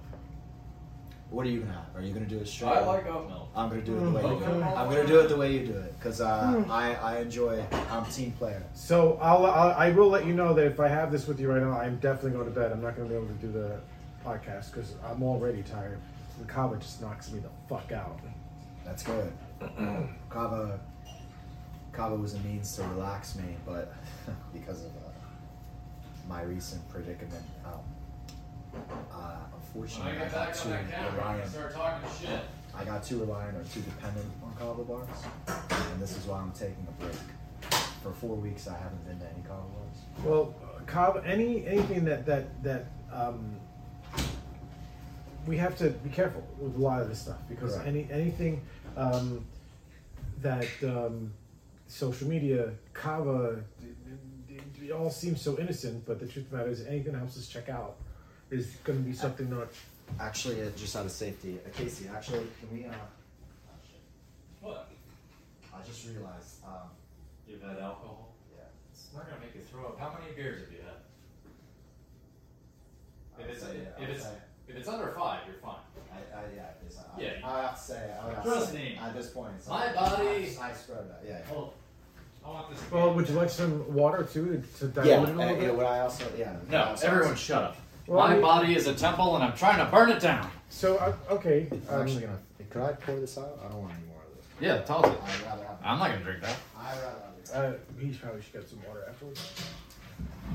Speaker 3: What are you gonna have? Are you gonna do it straight?
Speaker 4: I like oat milk.
Speaker 3: I'm gonna do it the way you do it.
Speaker 4: Okay.
Speaker 3: I'm gonna do it the way you do it, cause uh, I I enjoy. I'm a team player.
Speaker 2: so I'll, I'll I will let you know that if I have this with you right now, I'm definitely going to bed. I'm not going to be able to do the podcast because I'm already tired. The kava just knocks me the fuck out.
Speaker 3: That's good. Kava, Kava was a means to relax me, but *laughs* because of uh, my recent predicament, um, uh,
Speaker 4: When
Speaker 3: unfortunately,
Speaker 4: I
Speaker 3: I
Speaker 4: get
Speaker 3: had
Speaker 4: back
Speaker 3: to
Speaker 4: on that
Speaker 3: rely
Speaker 4: camera,
Speaker 3: on
Speaker 4: and start talking shit.
Speaker 3: I got too reliant or too dependent on kava bars, and this is why I'm taking a break. For four weeks, I haven't been to any kava bars.
Speaker 2: Well, uh, Cobb, any anything that that that um, we have to be careful with a lot of this stuff because
Speaker 3: Correct.
Speaker 2: any anything um, that um, social media, Kava, it, it all seems so innocent, but the truth of the matter is, anything that helps us check out is going to be something not.
Speaker 3: Actually, uh, just out of safety, uh, Casey. Actually, can we? Uh, oh, shit.
Speaker 4: What?
Speaker 3: I just realized. Um,
Speaker 4: You've had alcohol?
Speaker 3: yeah.
Speaker 4: It's not gonna make you throw up. How many beers have you had?
Speaker 3: I
Speaker 4: If
Speaker 3: would
Speaker 4: it's,
Speaker 3: say, yeah, I
Speaker 4: if,
Speaker 3: would
Speaker 4: it's,
Speaker 3: say-
Speaker 4: if it's under five, you're fine.
Speaker 3: I, I, yeah, it's, I,
Speaker 4: Yeah.
Speaker 3: I have to say, I would have to
Speaker 4: Trust
Speaker 3: say,
Speaker 4: me.
Speaker 3: At this point, it's
Speaker 4: My
Speaker 3: like,
Speaker 4: body-
Speaker 3: I, I spread that. Yeah.
Speaker 4: Hold. I want this.
Speaker 2: Well, would you like some water too to dilute
Speaker 3: Yeah,
Speaker 2: it a
Speaker 3: and-
Speaker 2: little
Speaker 3: yeah,
Speaker 2: bit?
Speaker 3: what I also, yeah. what I
Speaker 4: No,
Speaker 3: also-
Speaker 4: everyone shut up.
Speaker 2: Well,
Speaker 4: My
Speaker 2: we-
Speaker 4: body is a temple and I'm trying to burn it down.
Speaker 2: So uh, okay,
Speaker 3: I'm
Speaker 2: um,
Speaker 3: actually gonna. Could I pour this out? I don't want any more of this.
Speaker 4: Yeah, toss it.
Speaker 3: I'd rather have.
Speaker 4: I'm not gonna drink that.
Speaker 3: I'd rather have this.
Speaker 2: uh, he probably should get some water afterwards.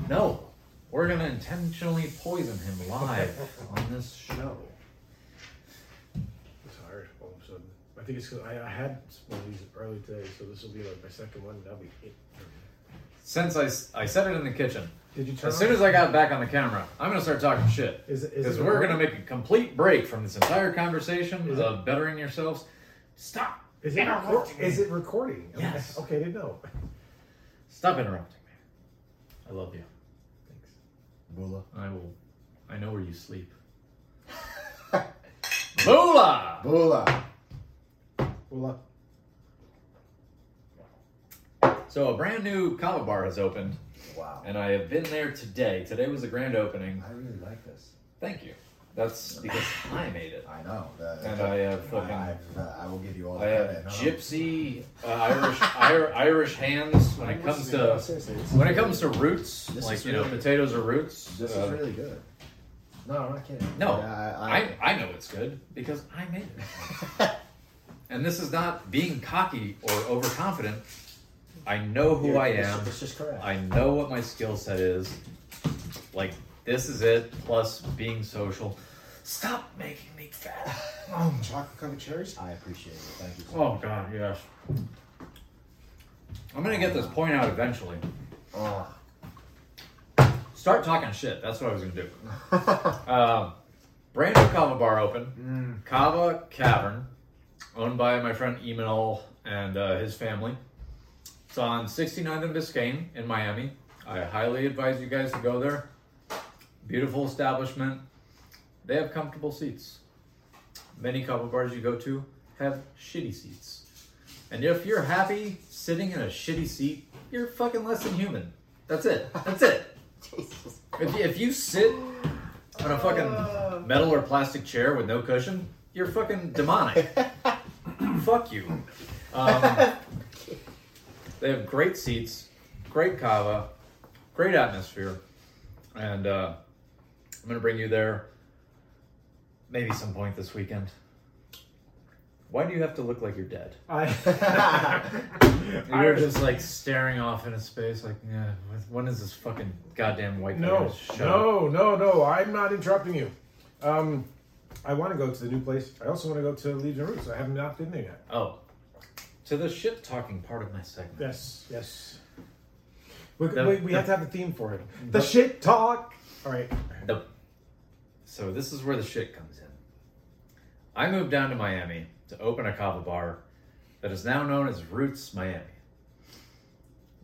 Speaker 4: No. We're gonna intentionally poison him live *laughs* on this show.
Speaker 2: It's hard all of a sudden. I think it's because I, I had one of these early today, so this will be like my second one. That'll be it.
Speaker 4: Since I, s- I said it in the kitchen,
Speaker 2: Did you turn?
Speaker 4: as soon as I got back on the camera, I'm gonna start talking shit.
Speaker 2: Is it- is
Speaker 4: Because
Speaker 2: it
Speaker 4: we're
Speaker 2: working?
Speaker 4: gonna make a complete break from this entire conversation
Speaker 2: Is it-
Speaker 4: of bettering yourselves. Stop.
Speaker 2: is it
Speaker 4: interrupting
Speaker 2: recor-
Speaker 4: me.
Speaker 2: is it recording? Okay.
Speaker 4: Yes.
Speaker 2: Okay, I didn't know.
Speaker 4: Stop interrupting me. I love you.
Speaker 2: Thanks.
Speaker 3: Bula.
Speaker 4: I will. I know where
Speaker 3: *laughs*
Speaker 4: you sleep. Bula.
Speaker 3: Bula.
Speaker 2: Well,
Speaker 4: So a brand new kava bar has opened,
Speaker 3: Wow.
Speaker 4: and I have been there today. Today was the grand opening.
Speaker 3: I really like this.
Speaker 4: Thank you. That's because I made it.
Speaker 3: I know. The,
Speaker 4: And I have
Speaker 3: I,
Speaker 4: fucking. I,
Speaker 3: I've, uh, I will give you all the
Speaker 4: have
Speaker 3: credit. No, no.
Speaker 4: gypsy uh, Irish Ir- Irish hands when it
Speaker 3: I'm
Speaker 4: comes
Speaker 3: listening. No,
Speaker 4: to
Speaker 3: seriously, this is
Speaker 4: when it
Speaker 3: really-
Speaker 4: comes to roots.
Speaker 3: This
Speaker 4: like
Speaker 3: is
Speaker 4: you know,
Speaker 3: really-
Speaker 4: potatoes are roots.
Speaker 3: This
Speaker 4: Uh,
Speaker 3: is really good. No, I'm not kidding.
Speaker 4: No,
Speaker 3: Yeah, I,
Speaker 4: I, I know it's good because I made
Speaker 3: *laughs*
Speaker 4: it. and this is not being cocky or overconfident. I know who
Speaker 3: You're-
Speaker 4: I
Speaker 3: it's-
Speaker 4: am.
Speaker 3: It's just correct.
Speaker 4: I know what my skill set is. Like this is it. Plus being social. Stop making me fat.
Speaker 3: Oh, chocolate covered cherries. I appreciate it. Thank you. *laughs*
Speaker 4: Oh God, yes. I'm gonna get this point out eventually.
Speaker 3: Oh. *laughs*
Speaker 4: Start talking shit. That's what I was gonna do. Um, brand new Kava bar open. Kava Cavern, owned by my friend Emanol and uh, his family. It's on 69th and Biscayne in Miami. I highly advise you guys to go there. Beautiful establishment. They have comfortable seats. Many Kava bars you go to have shitty seats. And if you're happy sitting in a shitty seat, you're fucking less than human. That's it. That's it. If you, if you sit on a
Speaker 2: Uh.
Speaker 4: fucking metal or plastic chair with no cushion, you're fucking
Speaker 2: *laughs*
Speaker 4: demonic. Fuck you. Um, they have great seats, great kava, great atmosphere, and uh, I'm gonna bring you there maybe some point this weekend. Why do you have to look like you're dead?
Speaker 2: I
Speaker 3: *laughs*
Speaker 2: *laughs*
Speaker 4: And You're just like staring off into space, like, yeah, when is this fucking goddamn white guy
Speaker 2: no
Speaker 4: gonna shut up?"
Speaker 2: no no no. I'm not interrupting you. Um, I want to go to the new place. I also want to go to Legion Roots. I have not been there yet.
Speaker 4: Oh. To the shit talking part of my segment.
Speaker 2: Yes yes. Mm-hmm. We,
Speaker 4: The-
Speaker 2: we, we have to have a theme for it. The, shit talk. All right.
Speaker 4: The- so this is where the shit comes in. I moved down to Miami to open a kava bar that is now known as Roots Miami.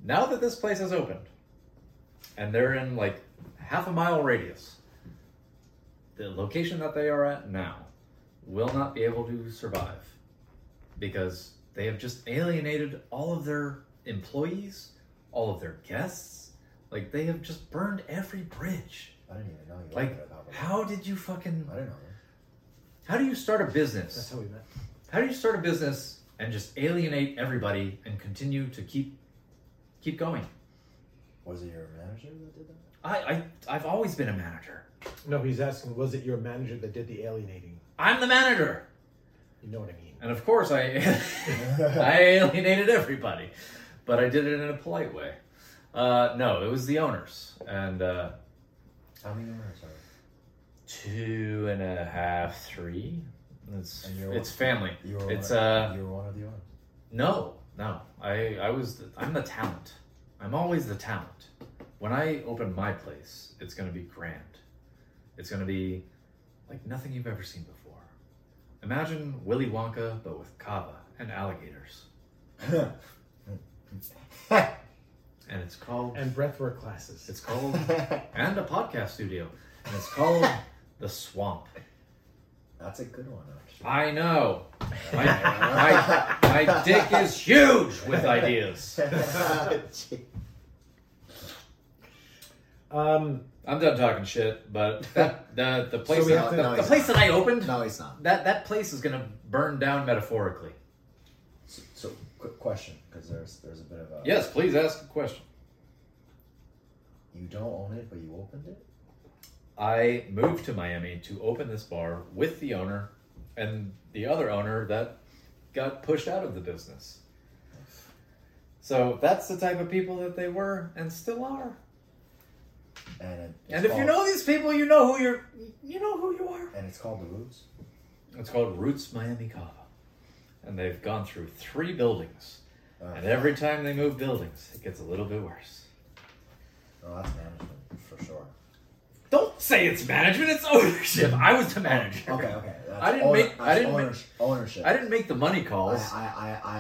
Speaker 4: Now that this place has opened, and they're in like half a mile radius, the location that they are at now will not be able to survive because they have just alienated all of their employees, all of their guests. Like they have just burned every bridge.
Speaker 3: I didn't even know you
Speaker 4: Like,
Speaker 3: liked that.
Speaker 4: how did you fucking?
Speaker 3: I didn't know. that.
Speaker 4: How do you start a
Speaker 2: That's
Speaker 4: business?
Speaker 2: how we met.
Speaker 4: How do you start a business and just alienate everybody and continue to keep keep going?
Speaker 3: Was it your manager that did that?
Speaker 4: I, I I've always been a manager.
Speaker 2: No, he's asking. Was it your manager that did the alienating?
Speaker 4: I'm the manager,
Speaker 2: You know what I mean.
Speaker 4: and of course I *laughs* I alienated everybody, but I did it in a polite way. Uh, no, it was the owners and uh,
Speaker 3: How many owners are?
Speaker 4: two and a half, three. It's
Speaker 3: And you're
Speaker 4: it's
Speaker 3: one-
Speaker 4: family.
Speaker 3: You were
Speaker 4: It's
Speaker 3: one,
Speaker 4: uh
Speaker 3: you were one of the arms.
Speaker 4: no no. I I was the, I'm the talent. I'm always the talent. When I open my place, it's gonna be grand. It's gonna be like nothing you've ever seen before. Imagine Willy Wonka but with kava and alligators, and it's called
Speaker 2: and breathwork classes.
Speaker 4: It's called, and a podcast studio. And it's called The Swamp.
Speaker 3: *laughs* That's a good one, actually.
Speaker 4: I know. My, my, my dick is huge with ideas.
Speaker 2: Um,
Speaker 4: I'm done talking shit, but *laughs* that, the, the place,
Speaker 3: we
Speaker 4: that-
Speaker 3: have to-
Speaker 4: the,
Speaker 3: no,
Speaker 4: the
Speaker 3: he's
Speaker 4: place
Speaker 3: not.
Speaker 4: that I
Speaker 3: *laughs*
Speaker 4: opened,
Speaker 3: no, he's not.
Speaker 4: that, that place is going to burn down metaphorically.
Speaker 3: So, so quick question, because there's there's a bit of a
Speaker 4: Yes, please ask a question.
Speaker 3: You don't own it, but you opened it.
Speaker 4: I moved to Miami to open this bar with the owner and the other owner that got pushed out of the business. So that's the type of people that they were and still are.
Speaker 3: And it, it's
Speaker 4: And if you
Speaker 3: called-
Speaker 4: know these people, you know who you're you know who you are.
Speaker 3: and it's called the Roots.
Speaker 4: It's called Roots Miami Cava. And they've gone through three buildings.
Speaker 3: Uh,
Speaker 4: And every time they move buildings, it gets a little bit worse.
Speaker 3: no, that's management for sure.
Speaker 4: Don't say it's management, it's ownership. I was the manager.
Speaker 3: Okay, okay. That's
Speaker 4: I didn't
Speaker 3: owner-
Speaker 4: make- I
Speaker 3: that's
Speaker 4: didn't make-
Speaker 3: owners- ownership.
Speaker 4: I didn't make the money calls.
Speaker 3: I, I, I,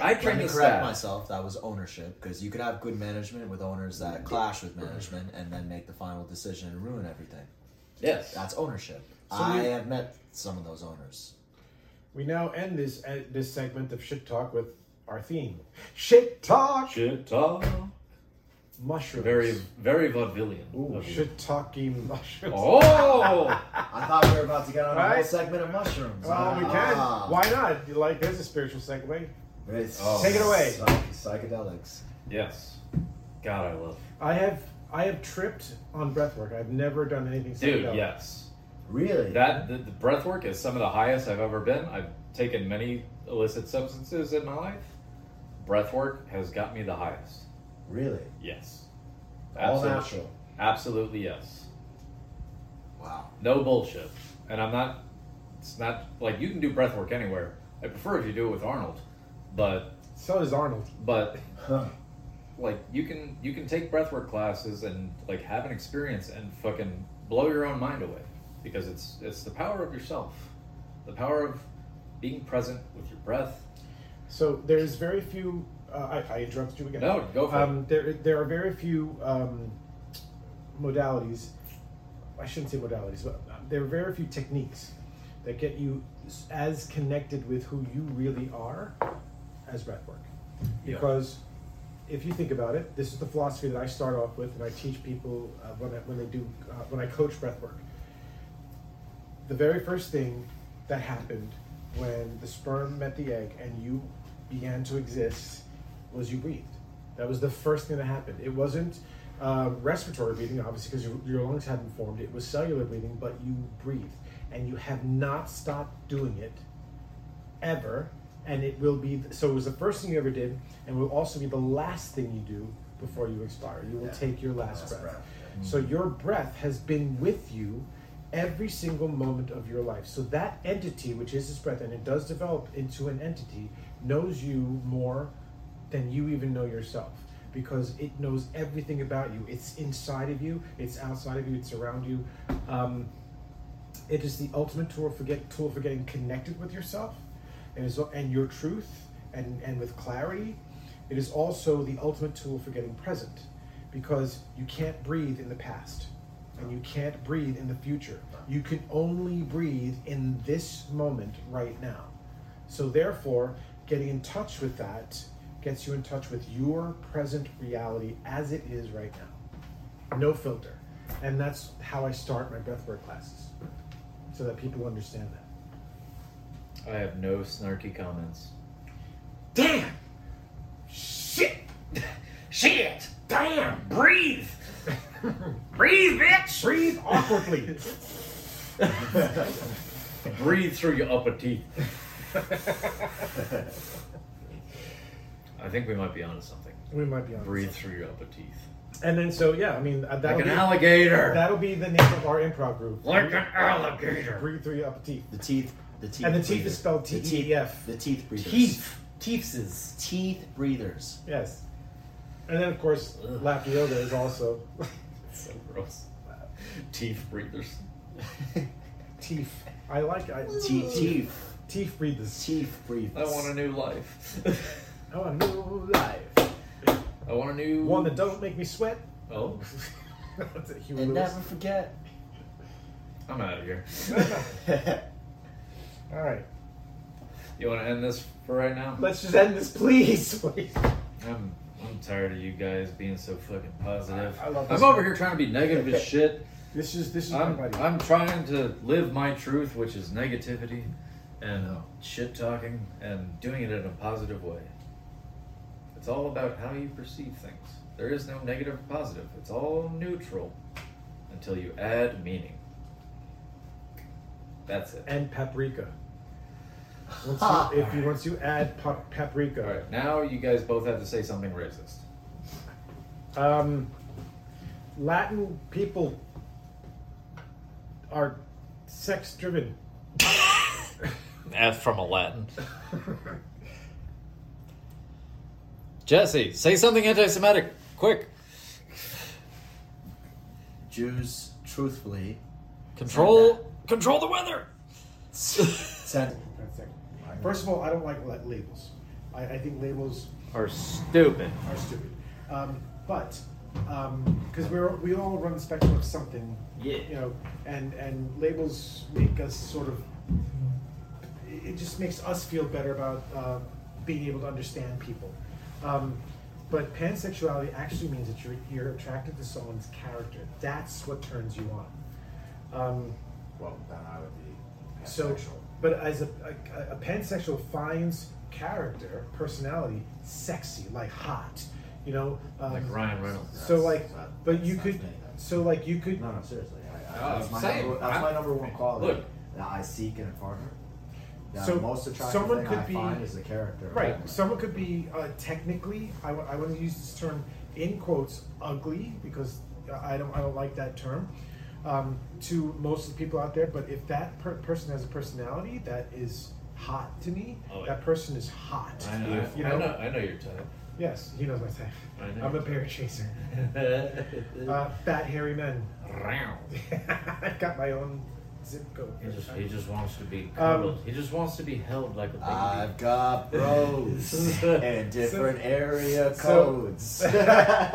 Speaker 4: I
Speaker 3: let
Speaker 4: trained
Speaker 3: me
Speaker 4: the
Speaker 3: correct
Speaker 4: staff.
Speaker 3: myself. That was ownership because you could have good management with owners that clash with management and then make the final decision and ruin everything.
Speaker 4: yes.
Speaker 3: That's ownership.
Speaker 2: So
Speaker 3: I
Speaker 2: we-
Speaker 3: have met some of those owners.
Speaker 2: we now end this uh, this segment of shit talk with our theme: shit talk
Speaker 4: Shit talk.
Speaker 2: mushrooms.
Speaker 4: Very, very vaudevillian.
Speaker 2: Ooh,
Speaker 4: of you.
Speaker 2: shit talking mushrooms.
Speaker 4: *laughs* Oh!
Speaker 3: I thought we were about to get on a whole
Speaker 2: Right?
Speaker 3: segment of mushrooms.
Speaker 2: Well, we can.
Speaker 3: Ah.
Speaker 2: Why not? You like, there's a spiritual segue.
Speaker 3: It's
Speaker 4: Oh.
Speaker 2: Take it away.
Speaker 3: psych- psychedelics.
Speaker 4: yes. God, I love.
Speaker 2: I have I have tripped on breathwork. I've never done anything.
Speaker 4: Dude,
Speaker 2: psychedelic.
Speaker 4: yes.
Speaker 3: Really?
Speaker 4: That the, the breath work is some of the highest I've ever been. I've taken many illicit substances in my life. Breath work has got me the highest.
Speaker 3: really?
Speaker 4: Yes.
Speaker 3: All
Speaker 4: Absolute-
Speaker 3: natural.
Speaker 4: Absolutely yes.
Speaker 3: Wow.
Speaker 4: No bullshit. And I'm not. It's not like you can do breath work anywhere. I prefer if you do it with Arnold, but
Speaker 2: So does Arnold.
Speaker 4: but
Speaker 3: *laughs* Huh.
Speaker 4: like you can you can take breathwork classes and like have an experience and fucking blow your own mind away because it's it's the power of yourself the power of being present with your breath
Speaker 2: So there's very few. Uh, I, I interrupted you again.
Speaker 4: no go for
Speaker 2: Um, there, there are very few um, modalities. I shouldn't say modalities, but uh, there are very few techniques that get you s- as connected with who you really are as breathwork.
Speaker 4: Yeah.
Speaker 2: Because if you think about it, this is the philosophy that I start off with, and I teach people uh, when I, when they do uh, when I coach breathwork. The very first thing that happened when the sperm met the egg and you began to exist was you breathed. That was the first thing that happened. It wasn't uh, respiratory breathing, obviously, because your, your lungs hadn't formed. It was cellular breathing, but you breathed, and you have not stopped doing it ever, and it will be. So it was the first thing you ever did, and will also be the last thing you do before you expire. You will
Speaker 3: Yeah.
Speaker 2: take your last,
Speaker 3: Last
Speaker 2: breath.
Speaker 3: breath.
Speaker 2: So your breath has been with you every single moment of your life. So that entity, which is this breath, and it does develop into an entity, knows you more than you even know yourself. Because it knows everything about you. It's inside of you. It's outside of you. It's around you. Um, it is the ultimate tool for get tool for getting connected with yourself and is and your truth and and with clarity it is also the ultimate tool for getting present because you can't breathe in the past and you can't breathe in the future you can only breathe in this moment right now so therefore getting in touch with that gets you in touch with your present reality as it is right now no filter and that's how i start my breathwork classes so that people understand that.
Speaker 4: it i have no snarky comments
Speaker 1: Damn! Shit! Shit! Damn! Breathe! Breathe, bitch!
Speaker 2: Breathe awkwardly.
Speaker 4: breathe through your upper teeth i think we might be onto something
Speaker 2: we might be on.
Speaker 4: breathe through your upper teeth
Speaker 2: And then so yeah, I mean uh, that'll
Speaker 4: like an
Speaker 2: be
Speaker 4: alligator
Speaker 2: that'll be the name of our improv group.
Speaker 4: like an alligator
Speaker 2: Breathe through your upper teeth.
Speaker 3: The teeth The teeth
Speaker 2: And the teeth
Speaker 3: breather.
Speaker 2: is spelled E
Speaker 3: The teeth-
Speaker 2: T-E-E-F.
Speaker 3: The teeth breathers.
Speaker 5: Teeth. Teethses.
Speaker 3: Teeth breathers. *laughs*
Speaker 2: Yes. And then, of course,
Speaker 5: Ugh.
Speaker 2: Lapiota is also *laughs*
Speaker 4: So gross. Teeth breathers.
Speaker 2: teeth. I like I,
Speaker 3: Teeth. Teeth.
Speaker 2: Teeth breathers. Oh,
Speaker 3: Teeth breathers.
Speaker 4: I want a new
Speaker 2: *laughs*
Speaker 4: life.
Speaker 2: I want a new life.
Speaker 4: I want a new
Speaker 2: One that don't make me sweat.
Speaker 4: Oh,
Speaker 2: That's a Huey
Speaker 3: And
Speaker 2: Lewis.
Speaker 3: never forget.
Speaker 4: I'm out
Speaker 2: *laughs*
Speaker 4: of here. *laughs*
Speaker 2: All right.
Speaker 4: You want to end this for right now?
Speaker 2: Let's just end this, please. *laughs* Please.
Speaker 4: I'm I'm tired of you guys being so fucking positive.
Speaker 2: I- I love this
Speaker 4: I'm
Speaker 2: guy.
Speaker 4: over here trying to be negative as shit.
Speaker 2: This is this is
Speaker 4: I'm
Speaker 2: my buddy.
Speaker 4: I'm trying to live my truth, which is negativity and uh, shit talking and doing it in a positive way. It's all about how you perceive things. There is no negative or positive. It's all neutral until you add meaning. That's it.
Speaker 2: and paprika. Once you, if you once you add pa-
Speaker 4: All
Speaker 2: paprika,
Speaker 4: right, now you guys both have to say something racist.
Speaker 2: um, Latin people are sex driven.
Speaker 4: F Uh, from a Latin. Jesse, say something anti-Semitic, quick.
Speaker 3: Jews, truthfully,
Speaker 4: Control, control the weather.
Speaker 3: said
Speaker 2: First of all, I don't like la- labels. I, I think labels
Speaker 4: Are stupid.
Speaker 2: are stupid. Um, but because we're we all run the spectrum of something,
Speaker 4: Yeah.
Speaker 2: you know, and and labels make us sort of. It it just makes us feel better about uh, being able to understand people. Um, but pansexuality actually means that you're you're attracted to someone's character. That's what turns you on. Um,
Speaker 3: Well, then I would be
Speaker 2: so,
Speaker 3: pansexual.
Speaker 2: but as a, a, a pansexual finds character, personality, sexy, like hot, you know. Um,
Speaker 4: Like Ryan Reynolds.
Speaker 2: So like,
Speaker 3: That's- that's-
Speaker 2: but you
Speaker 3: that's
Speaker 2: could.
Speaker 3: me, that's-
Speaker 2: So like you could.
Speaker 3: No, no, seriously. I, I,
Speaker 4: No,
Speaker 3: that's my
Speaker 4: Uh, same.
Speaker 3: number, that's my
Speaker 4: I'm-
Speaker 3: number one quality
Speaker 4: Look.
Speaker 3: that I seek in a partner. Now,
Speaker 2: So,
Speaker 3: the most attractive
Speaker 2: someone
Speaker 3: thing
Speaker 2: could
Speaker 3: I
Speaker 2: be-
Speaker 3: find is the character. of
Speaker 2: Right.
Speaker 3: that.
Speaker 2: Someone could be uh, technically. I, w- I want to use this term in quotes, ugly, because I don't. I don't like that term. Um, to most of the people out there, but if that per- person has a personality that is hot to me,
Speaker 4: Oh, yeah.
Speaker 2: that person is hot.
Speaker 4: I know,
Speaker 2: You
Speaker 4: I know,
Speaker 2: know?
Speaker 4: I know your *laughs* type.
Speaker 2: Yes, he knows my type.
Speaker 4: I know.
Speaker 2: I'm a parrot chaser. Uh, fat hairy men. *laughs*
Speaker 4: Round.
Speaker 2: I got my own zip code.
Speaker 4: He just, he just wants to be
Speaker 2: Um,
Speaker 4: cuddled. he just wants to be held like a baby.
Speaker 3: I've got
Speaker 4: *laughs*
Speaker 3: bros and different area
Speaker 2: so-
Speaker 3: codes. *laughs*
Speaker 2: *laughs*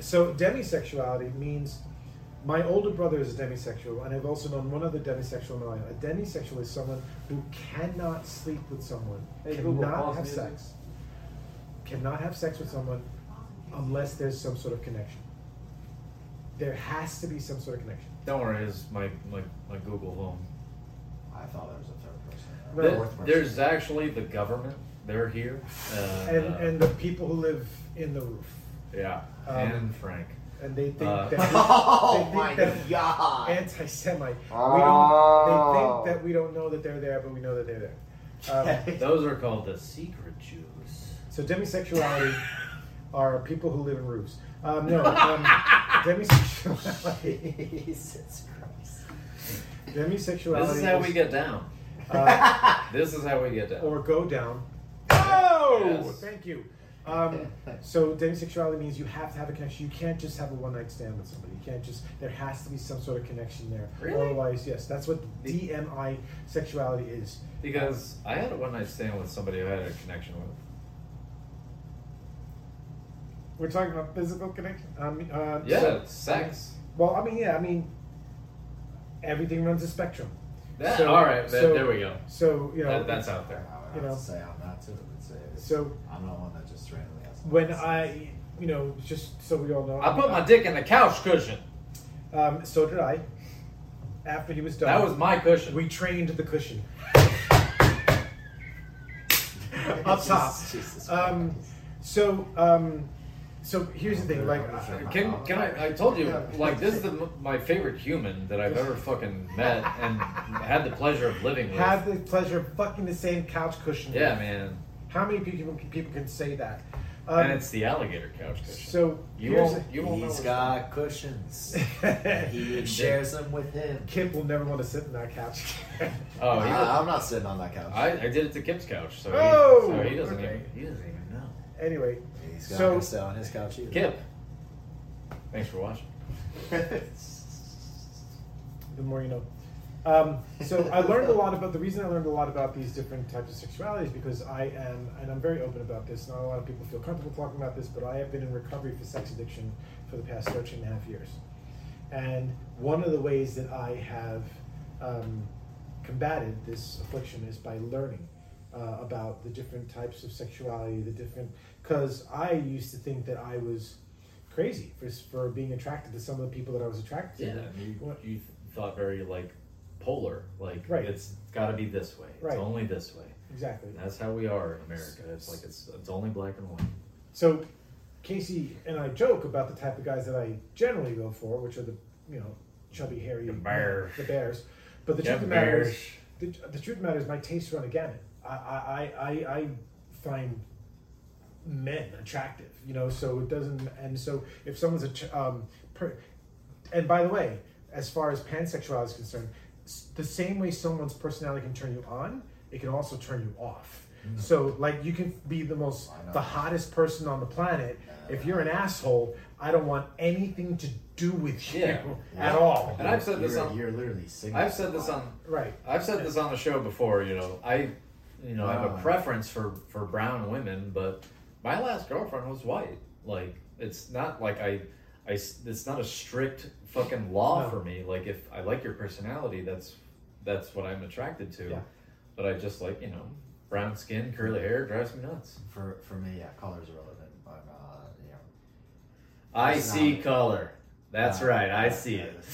Speaker 2: So demisexuality means my older brother is a demisexual, and I've also known one other demisexual in my life. A demisexual is someone who cannot sleep with someone,
Speaker 5: Hey,
Speaker 2: cannot
Speaker 5: Google, pause
Speaker 2: have
Speaker 5: music.
Speaker 2: sex, cannot have sex with someone unless there's some sort of connection. There has to be some sort of connection.
Speaker 4: Don't worry, it's my, my, my Google Home.
Speaker 3: I thought there was a third person. or
Speaker 2: Well,
Speaker 4: Th-
Speaker 3: fourth person.
Speaker 4: there's actually the government. They're here. Uh,
Speaker 2: And
Speaker 4: uh,
Speaker 2: and the people who live in the roof,
Speaker 4: yeah,
Speaker 2: um,
Speaker 4: and Frank.
Speaker 2: and they think
Speaker 4: Uh,
Speaker 2: that.
Speaker 3: *laughs* Oh
Speaker 4: *laughs*
Speaker 2: they
Speaker 3: my
Speaker 2: think that-
Speaker 3: god!
Speaker 2: anti-Semite. We
Speaker 3: Oh.
Speaker 2: don't. They think that we don't know that they're there, but we know that they're there. Um,
Speaker 4: Those are called the secret Jews.
Speaker 2: so demisexuality are people who live in roofs. Um, no,
Speaker 4: *laughs*
Speaker 2: um, *laughs* demisexuality.
Speaker 3: Jesus Christ.
Speaker 2: Demisexuality.
Speaker 4: This is how we get down. *laughs*
Speaker 2: uh,
Speaker 4: This is how we get down.
Speaker 2: or go down.
Speaker 4: Oh! Yes.
Speaker 2: Thank you. Um, so demisexuality means you have to have a connection. You can't just have a one-night stand with somebody. You can't just. There has to be some sort of connection there.
Speaker 4: Really?
Speaker 2: Otherwise, yes, that's what DMI sexuality is.
Speaker 4: Because I had a one night stand with somebody I had a connection with.
Speaker 2: We're talking about physical connection. Um, uh,
Speaker 4: Yeah,
Speaker 2: so-
Speaker 4: it's sex.
Speaker 2: well, I mean, yeah, I mean, everything runs a spectrum.
Speaker 4: That,
Speaker 2: So-
Speaker 4: all right, that-
Speaker 2: so-
Speaker 4: there we go.
Speaker 2: So you know,
Speaker 4: That, that's out there.
Speaker 3: I would
Speaker 2: You
Speaker 3: have
Speaker 2: know.
Speaker 3: to say I'm not too. It's, it's,
Speaker 2: So-
Speaker 3: I'm not one that just randomly has.
Speaker 2: when I, you know, just so we all know,
Speaker 4: I put my dick in the couch cushion.
Speaker 2: Um, so did I. After he was done,
Speaker 4: That was my cushion.
Speaker 2: we trained the
Speaker 3: *laughs*
Speaker 2: cushion up top.
Speaker 3: Jesus
Speaker 2: Um,
Speaker 3: Christ.
Speaker 2: so, um, so here's the thing, like. I,
Speaker 4: Can, can I? I told you, like this is the, m- my favorite human that I've ever fucking met and had the pleasure of living with.
Speaker 2: have the pleasure of fucking the same couch cushion.
Speaker 4: yeah, man.
Speaker 2: How many people people can say that? Um,
Speaker 4: and it's the alligator couch cushion.
Speaker 2: so
Speaker 4: you
Speaker 2: here's a-
Speaker 4: won't, you won't know
Speaker 3: He's
Speaker 4: what's-
Speaker 2: *laughs*
Speaker 3: got cushions. he shares them with him.
Speaker 2: Kip will never want to sit in that couch.
Speaker 4: Oh, he
Speaker 3: I, I'm not sitting on that couch.
Speaker 4: I, I did it to Kip's couch, so he,
Speaker 2: Oh,
Speaker 4: so he doesn't
Speaker 2: okay.
Speaker 4: even he doesn't even know.
Speaker 2: *laughs* anyway,
Speaker 3: He's not
Speaker 2: so
Speaker 3: gonna sit on his couch either. *laughs*
Speaker 4: Kip, thanks for watching.
Speaker 2: the more you know. Um, so I learned a lot about the reason I learned a lot about these different types of sexuality is because I am, and I'm very open about this. Not a lot of people feel comfortable talking about this, but I have been in recovery for sex addiction for the past 13 and a half years. And one of the ways that I have um, combated this affliction is by learning uh, about the different types of sexuality, the different, because I used to think that I was crazy for, for being attracted to some of the people that I was attracted
Speaker 4: Yeah,
Speaker 2: to.
Speaker 4: you,
Speaker 2: What-
Speaker 4: you thought very like polar, like
Speaker 2: Right.
Speaker 4: it's got to be this way.
Speaker 2: Right.
Speaker 4: It's only this way.
Speaker 2: Exactly.
Speaker 4: And that's how we are in America. It's like it's it's only black and white.
Speaker 2: So Casey and I joke about the type of guys that I generally go for, which are the you know chubby, hairy
Speaker 4: The bears.
Speaker 2: The bears. But the
Speaker 4: Yeah,
Speaker 2: truth of the matter is,
Speaker 4: bears.
Speaker 2: the, the truth of the matter is, my tastes run a gamut. I I, I, I I find men attractive, you know. So it doesn't, and so if someone's a ch- um, per, and by the way, as far as pansexuality is concerned, s- the same way someone's personality can turn you on, it can also turn you off. So like you can be the most
Speaker 3: Mm. I know.
Speaker 2: the hottest person on the planet. If you're an asshole, I don't want anything to do with you
Speaker 4: Yeah.
Speaker 2: at all.
Speaker 4: And I've said this
Speaker 3: You're-
Speaker 4: on-
Speaker 3: You're literally singing.
Speaker 4: I've said this on
Speaker 2: Right.
Speaker 4: I've said this on the show before. You know, I you know I have a
Speaker 3: Wow.
Speaker 4: preference for for brown women, but my last girlfriend was white. Like it's not like I. I, s- it's not a strict fucking law
Speaker 2: No.
Speaker 4: for me. Like if I like your personality, that's that's what I'm attracted to.
Speaker 2: Yeah.
Speaker 4: But I just like you know brown skin, curly hair drives me nuts.
Speaker 3: For for me, yeah, color's relevant. I'm uh, you know,
Speaker 4: I
Speaker 3: It's
Speaker 4: see
Speaker 3: not-
Speaker 4: color. That's
Speaker 3: uh,
Speaker 4: right. I
Speaker 3: uh, *laughs*
Speaker 4: see it.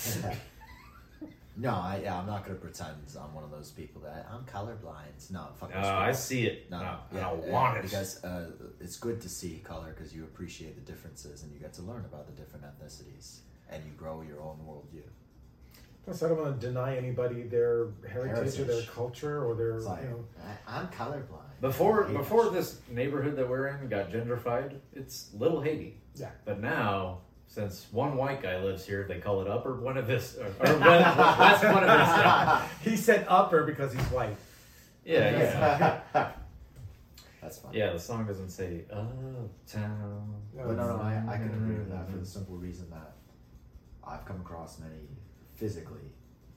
Speaker 3: no, I, yeah, I'm not gonna pretend I'm one of those people that I'm colorblind. No, fuck.
Speaker 4: Uh,
Speaker 3: those
Speaker 4: I
Speaker 3: people.
Speaker 4: see it.
Speaker 3: No,
Speaker 4: No,
Speaker 3: yeah,
Speaker 4: I don't
Speaker 3: yeah,
Speaker 4: want it.
Speaker 3: because uh, it's good to see color because you appreciate the differences and you get to learn about the different ethnicities and you grow your own worldview.
Speaker 2: Plus, I don't want to deny anybody their heritage, or their
Speaker 3: Heritage.
Speaker 2: culture or their
Speaker 3: It's like
Speaker 2: you know.
Speaker 3: I, I'm colorblind.
Speaker 4: Before
Speaker 3: I hate *laughs*
Speaker 4: before
Speaker 3: that shit.
Speaker 4: this neighborhood that we're in got gentrified, it's Little Haiti.
Speaker 2: Yeah.
Speaker 4: But now, since one white guy lives here, they call it Upper Buena Vista or West, West Buena
Speaker 2: *laughs*
Speaker 4: *laughs* Vista.
Speaker 2: He said upper because he's white.
Speaker 4: Yeah, yeah,
Speaker 3: that's fine.
Speaker 4: yeah. The song doesn't say uptown.
Speaker 3: But no, no, I, I can agree with that for
Speaker 2: Mm-hmm.
Speaker 3: the simple reason that I've come across many physically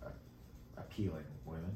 Speaker 3: a- appealing women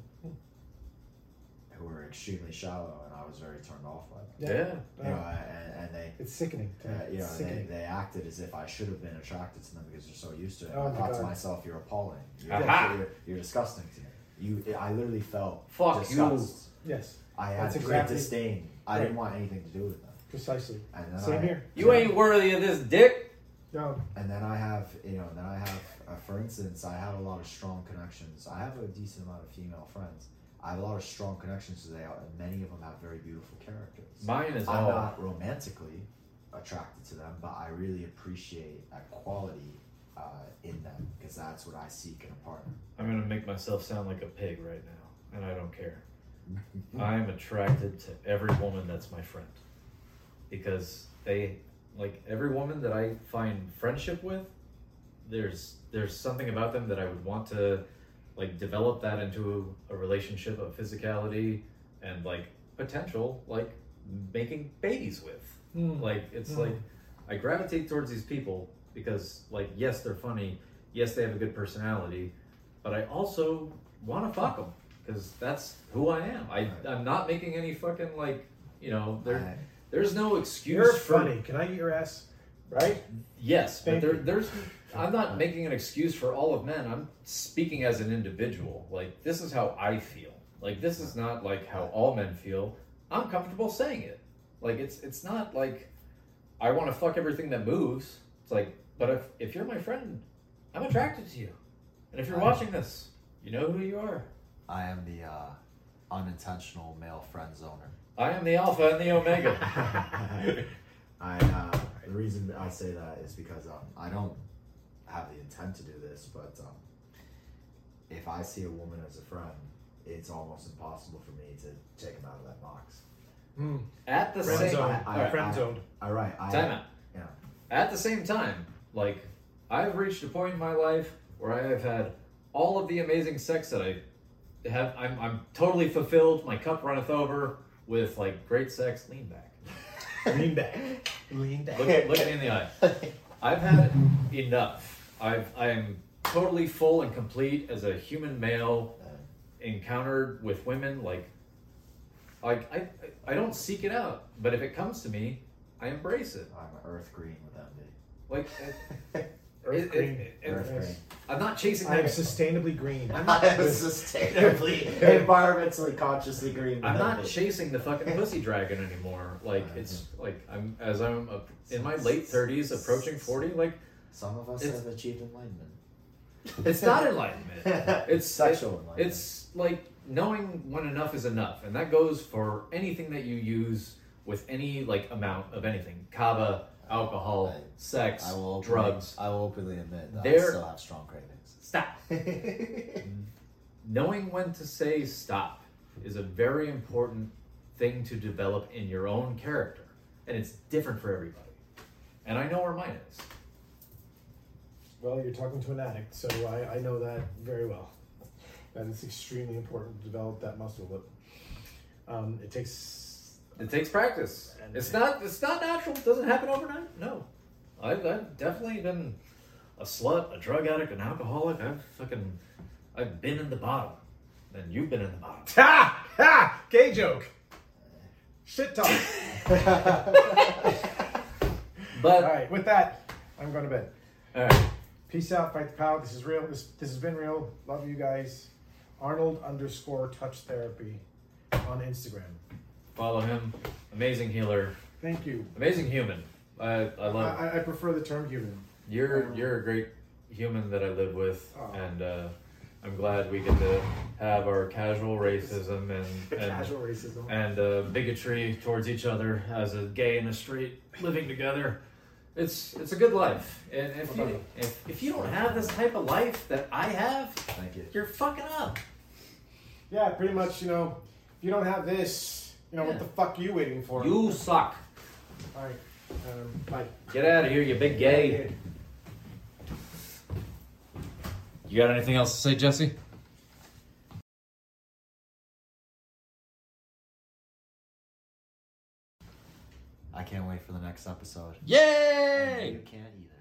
Speaker 3: who were extremely shallow, and I was very turned off by them.
Speaker 4: Yeah.
Speaker 3: You know, and, and they,
Speaker 2: It's sickening.
Speaker 3: uh, you know,
Speaker 2: it's
Speaker 3: they,
Speaker 2: Ah. sickening.
Speaker 3: they acted as if I should have been attracted to them because they're so used to it.
Speaker 2: Oh
Speaker 3: I
Speaker 2: my
Speaker 3: thought to
Speaker 2: God.
Speaker 3: myself, "You're appalling. You're,
Speaker 4: Aha!
Speaker 3: you're, you're disgusting to me." You, I literally felt
Speaker 4: Fuck
Speaker 3: disgust.
Speaker 2: yes,
Speaker 3: I had
Speaker 2: That's
Speaker 3: great
Speaker 2: exactly-
Speaker 3: disdain. I
Speaker 2: Right.
Speaker 3: didn't want anything to do with them.
Speaker 2: precisely.
Speaker 3: And then
Speaker 2: Same
Speaker 3: I,
Speaker 2: here.
Speaker 4: You ain't worthy of this dick.
Speaker 2: No,
Speaker 3: And then I have, you know, then I have, uh, for instance, I have a lot of strong connections. I have a decent amount of female friends. I have a lot of strong connections today, and many of them have very beautiful characters.
Speaker 4: Mine is
Speaker 3: I'm
Speaker 4: all.
Speaker 3: not romantically attracted to them, but I really appreciate that quality uh, in them because that's what I seek in a partner.
Speaker 4: I'm gonna make myself sound like a pig right now, and I don't care. I am attracted to every woman that's my friend because they like every woman that I find friendship with. There's there's something about them that I would want to like develop that into a relationship of physicality and like potential like making babies with. Like it's
Speaker 2: Mm.
Speaker 4: like I gravitate towards these people because like yes they're funny, yes they have a good personality, but I also want to fuck them because that's who I am. I
Speaker 3: Right.
Speaker 4: I'm not making any fucking like you know there
Speaker 3: I-
Speaker 4: there's no excuse
Speaker 2: you're
Speaker 4: for
Speaker 2: funny. Can I eat your ass? Right?
Speaker 4: yes, but
Speaker 2: Thank
Speaker 4: there
Speaker 2: you.
Speaker 4: there's I'm not making an excuse for all of men. I'm speaking as an individual. Like this is how I feel. Like this is not like how all men feel. I'm comfortable saying it. Like it's it's not like I want to fuck everything that moves. It's like, but if if you're my friend, I'm attracted to you. And if you're
Speaker 3: I-
Speaker 4: watching this, you know who you are.
Speaker 3: I am the uh, unintentional male friend zoner.
Speaker 4: I am the alpha and
Speaker 2: *laughs*
Speaker 4: the omega.
Speaker 3: *laughs* I uh, the reason I say that is because um, I don't have the intent to do this, but um, if I see a woman as a friend, it's almost impossible for me to take them out of that box.
Speaker 4: At the
Speaker 2: Friend
Speaker 4: same
Speaker 2: zone.
Speaker 4: time,
Speaker 2: All right. Friend zoned.
Speaker 3: All right. I,
Speaker 4: Time out.
Speaker 3: Yeah.
Speaker 4: At the same time, like I've reached a point in my life where I have had all of the amazing sex that I have. I'm, I'm totally fulfilled. My cup runneth over with like great sex. Lean back.
Speaker 2: Lean
Speaker 3: *laughs*
Speaker 2: back.
Speaker 5: Lean back.
Speaker 4: Look,
Speaker 2: *laughs*
Speaker 4: look me in the eye. I've had enough. I've I'm totally full and complete as a human male encountered with women. Like, like I I don't seek it out, but if it comes to me, I embrace it.
Speaker 3: I'm earth green with envy.
Speaker 4: Like. It,
Speaker 2: Earth
Speaker 4: it-
Speaker 2: green.
Speaker 4: it- it-
Speaker 3: Earth
Speaker 2: Yes.
Speaker 3: green.
Speaker 4: I'm not chasing
Speaker 2: I am
Speaker 4: that.
Speaker 2: sustainably
Speaker 3: *laughs*
Speaker 2: green.
Speaker 3: I'm
Speaker 2: *laughs*
Speaker 3: not *laughs* sustainably, environmentally consciously green.
Speaker 4: I'm
Speaker 3: with
Speaker 4: not
Speaker 3: envy.
Speaker 4: chasing
Speaker 3: *laughs*
Speaker 4: the fucking pussy dragon anymore. Like
Speaker 3: Right.
Speaker 4: it's like I'm as I'm a, in
Speaker 3: *laughs*
Speaker 4: my late 30s, approaching 40. Like
Speaker 3: Some of us
Speaker 4: It's-
Speaker 3: have achieved enlightenment. *laughs*
Speaker 4: it's not enlightenment. It's
Speaker 3: Sexual
Speaker 4: it-
Speaker 3: enlightenment.
Speaker 4: It's like knowing when enough is enough, and that goes for anything that you use with any like amount of anything: kava, alcohol,
Speaker 3: Right.
Speaker 4: sex,
Speaker 3: I will openly-
Speaker 4: drugs.
Speaker 3: I will openly admit that I
Speaker 4: There-
Speaker 3: still have strong cravings.
Speaker 2: *laughs*
Speaker 4: Stop. knowing when to say stop is a very important thing to develop in your own character and it's different for everybody and i know where mine is
Speaker 2: Well, you're talking to an addict, so I, I know that very well. That it's extremely important to develop that muscle. But um, it takes
Speaker 4: it takes practice
Speaker 2: And-
Speaker 4: it's not it's not natural it doesn't happen overnight no i've, I've definitely been a slut a drug addict an alcoholic i've fucking i've been in the bottom and you've been in the bottom
Speaker 2: ha ha gay joke. Shit talk.
Speaker 4: but
Speaker 2: All right, with that, I'm going to bed.
Speaker 4: all right.
Speaker 2: Peace out, fight the power. This is real. This this has been real. Love you guys. Arnold underscore touch therapy on Instagram.
Speaker 4: follow him amazing healer
Speaker 2: Thank you.
Speaker 4: amazing human i, I
Speaker 2: I,
Speaker 4: love it.
Speaker 2: I, I prefer the term human.
Speaker 4: You're you're a great human that I live with,
Speaker 2: Aw.
Speaker 4: and uh, I'm glad we get to have our casual racism and *laughs* and,
Speaker 2: Casual racism.
Speaker 4: and uh, bigotry towards each other as a gay in the street living together. It's it's a good life, and if you if, if you don't have this type of life that I have,
Speaker 3: Thank you.
Speaker 4: you're fucking up.
Speaker 2: Yeah, pretty much. You know, if you don't have this, you know what
Speaker 4: Yeah.
Speaker 2: the fuck you waiting for?
Speaker 4: You suck.
Speaker 2: All right. Um, bye.
Speaker 4: Get out of here, you big gay. You got anything else to say, Jesse?
Speaker 3: I can't wait for the next episode.
Speaker 4: Yay!
Speaker 3: You can't either.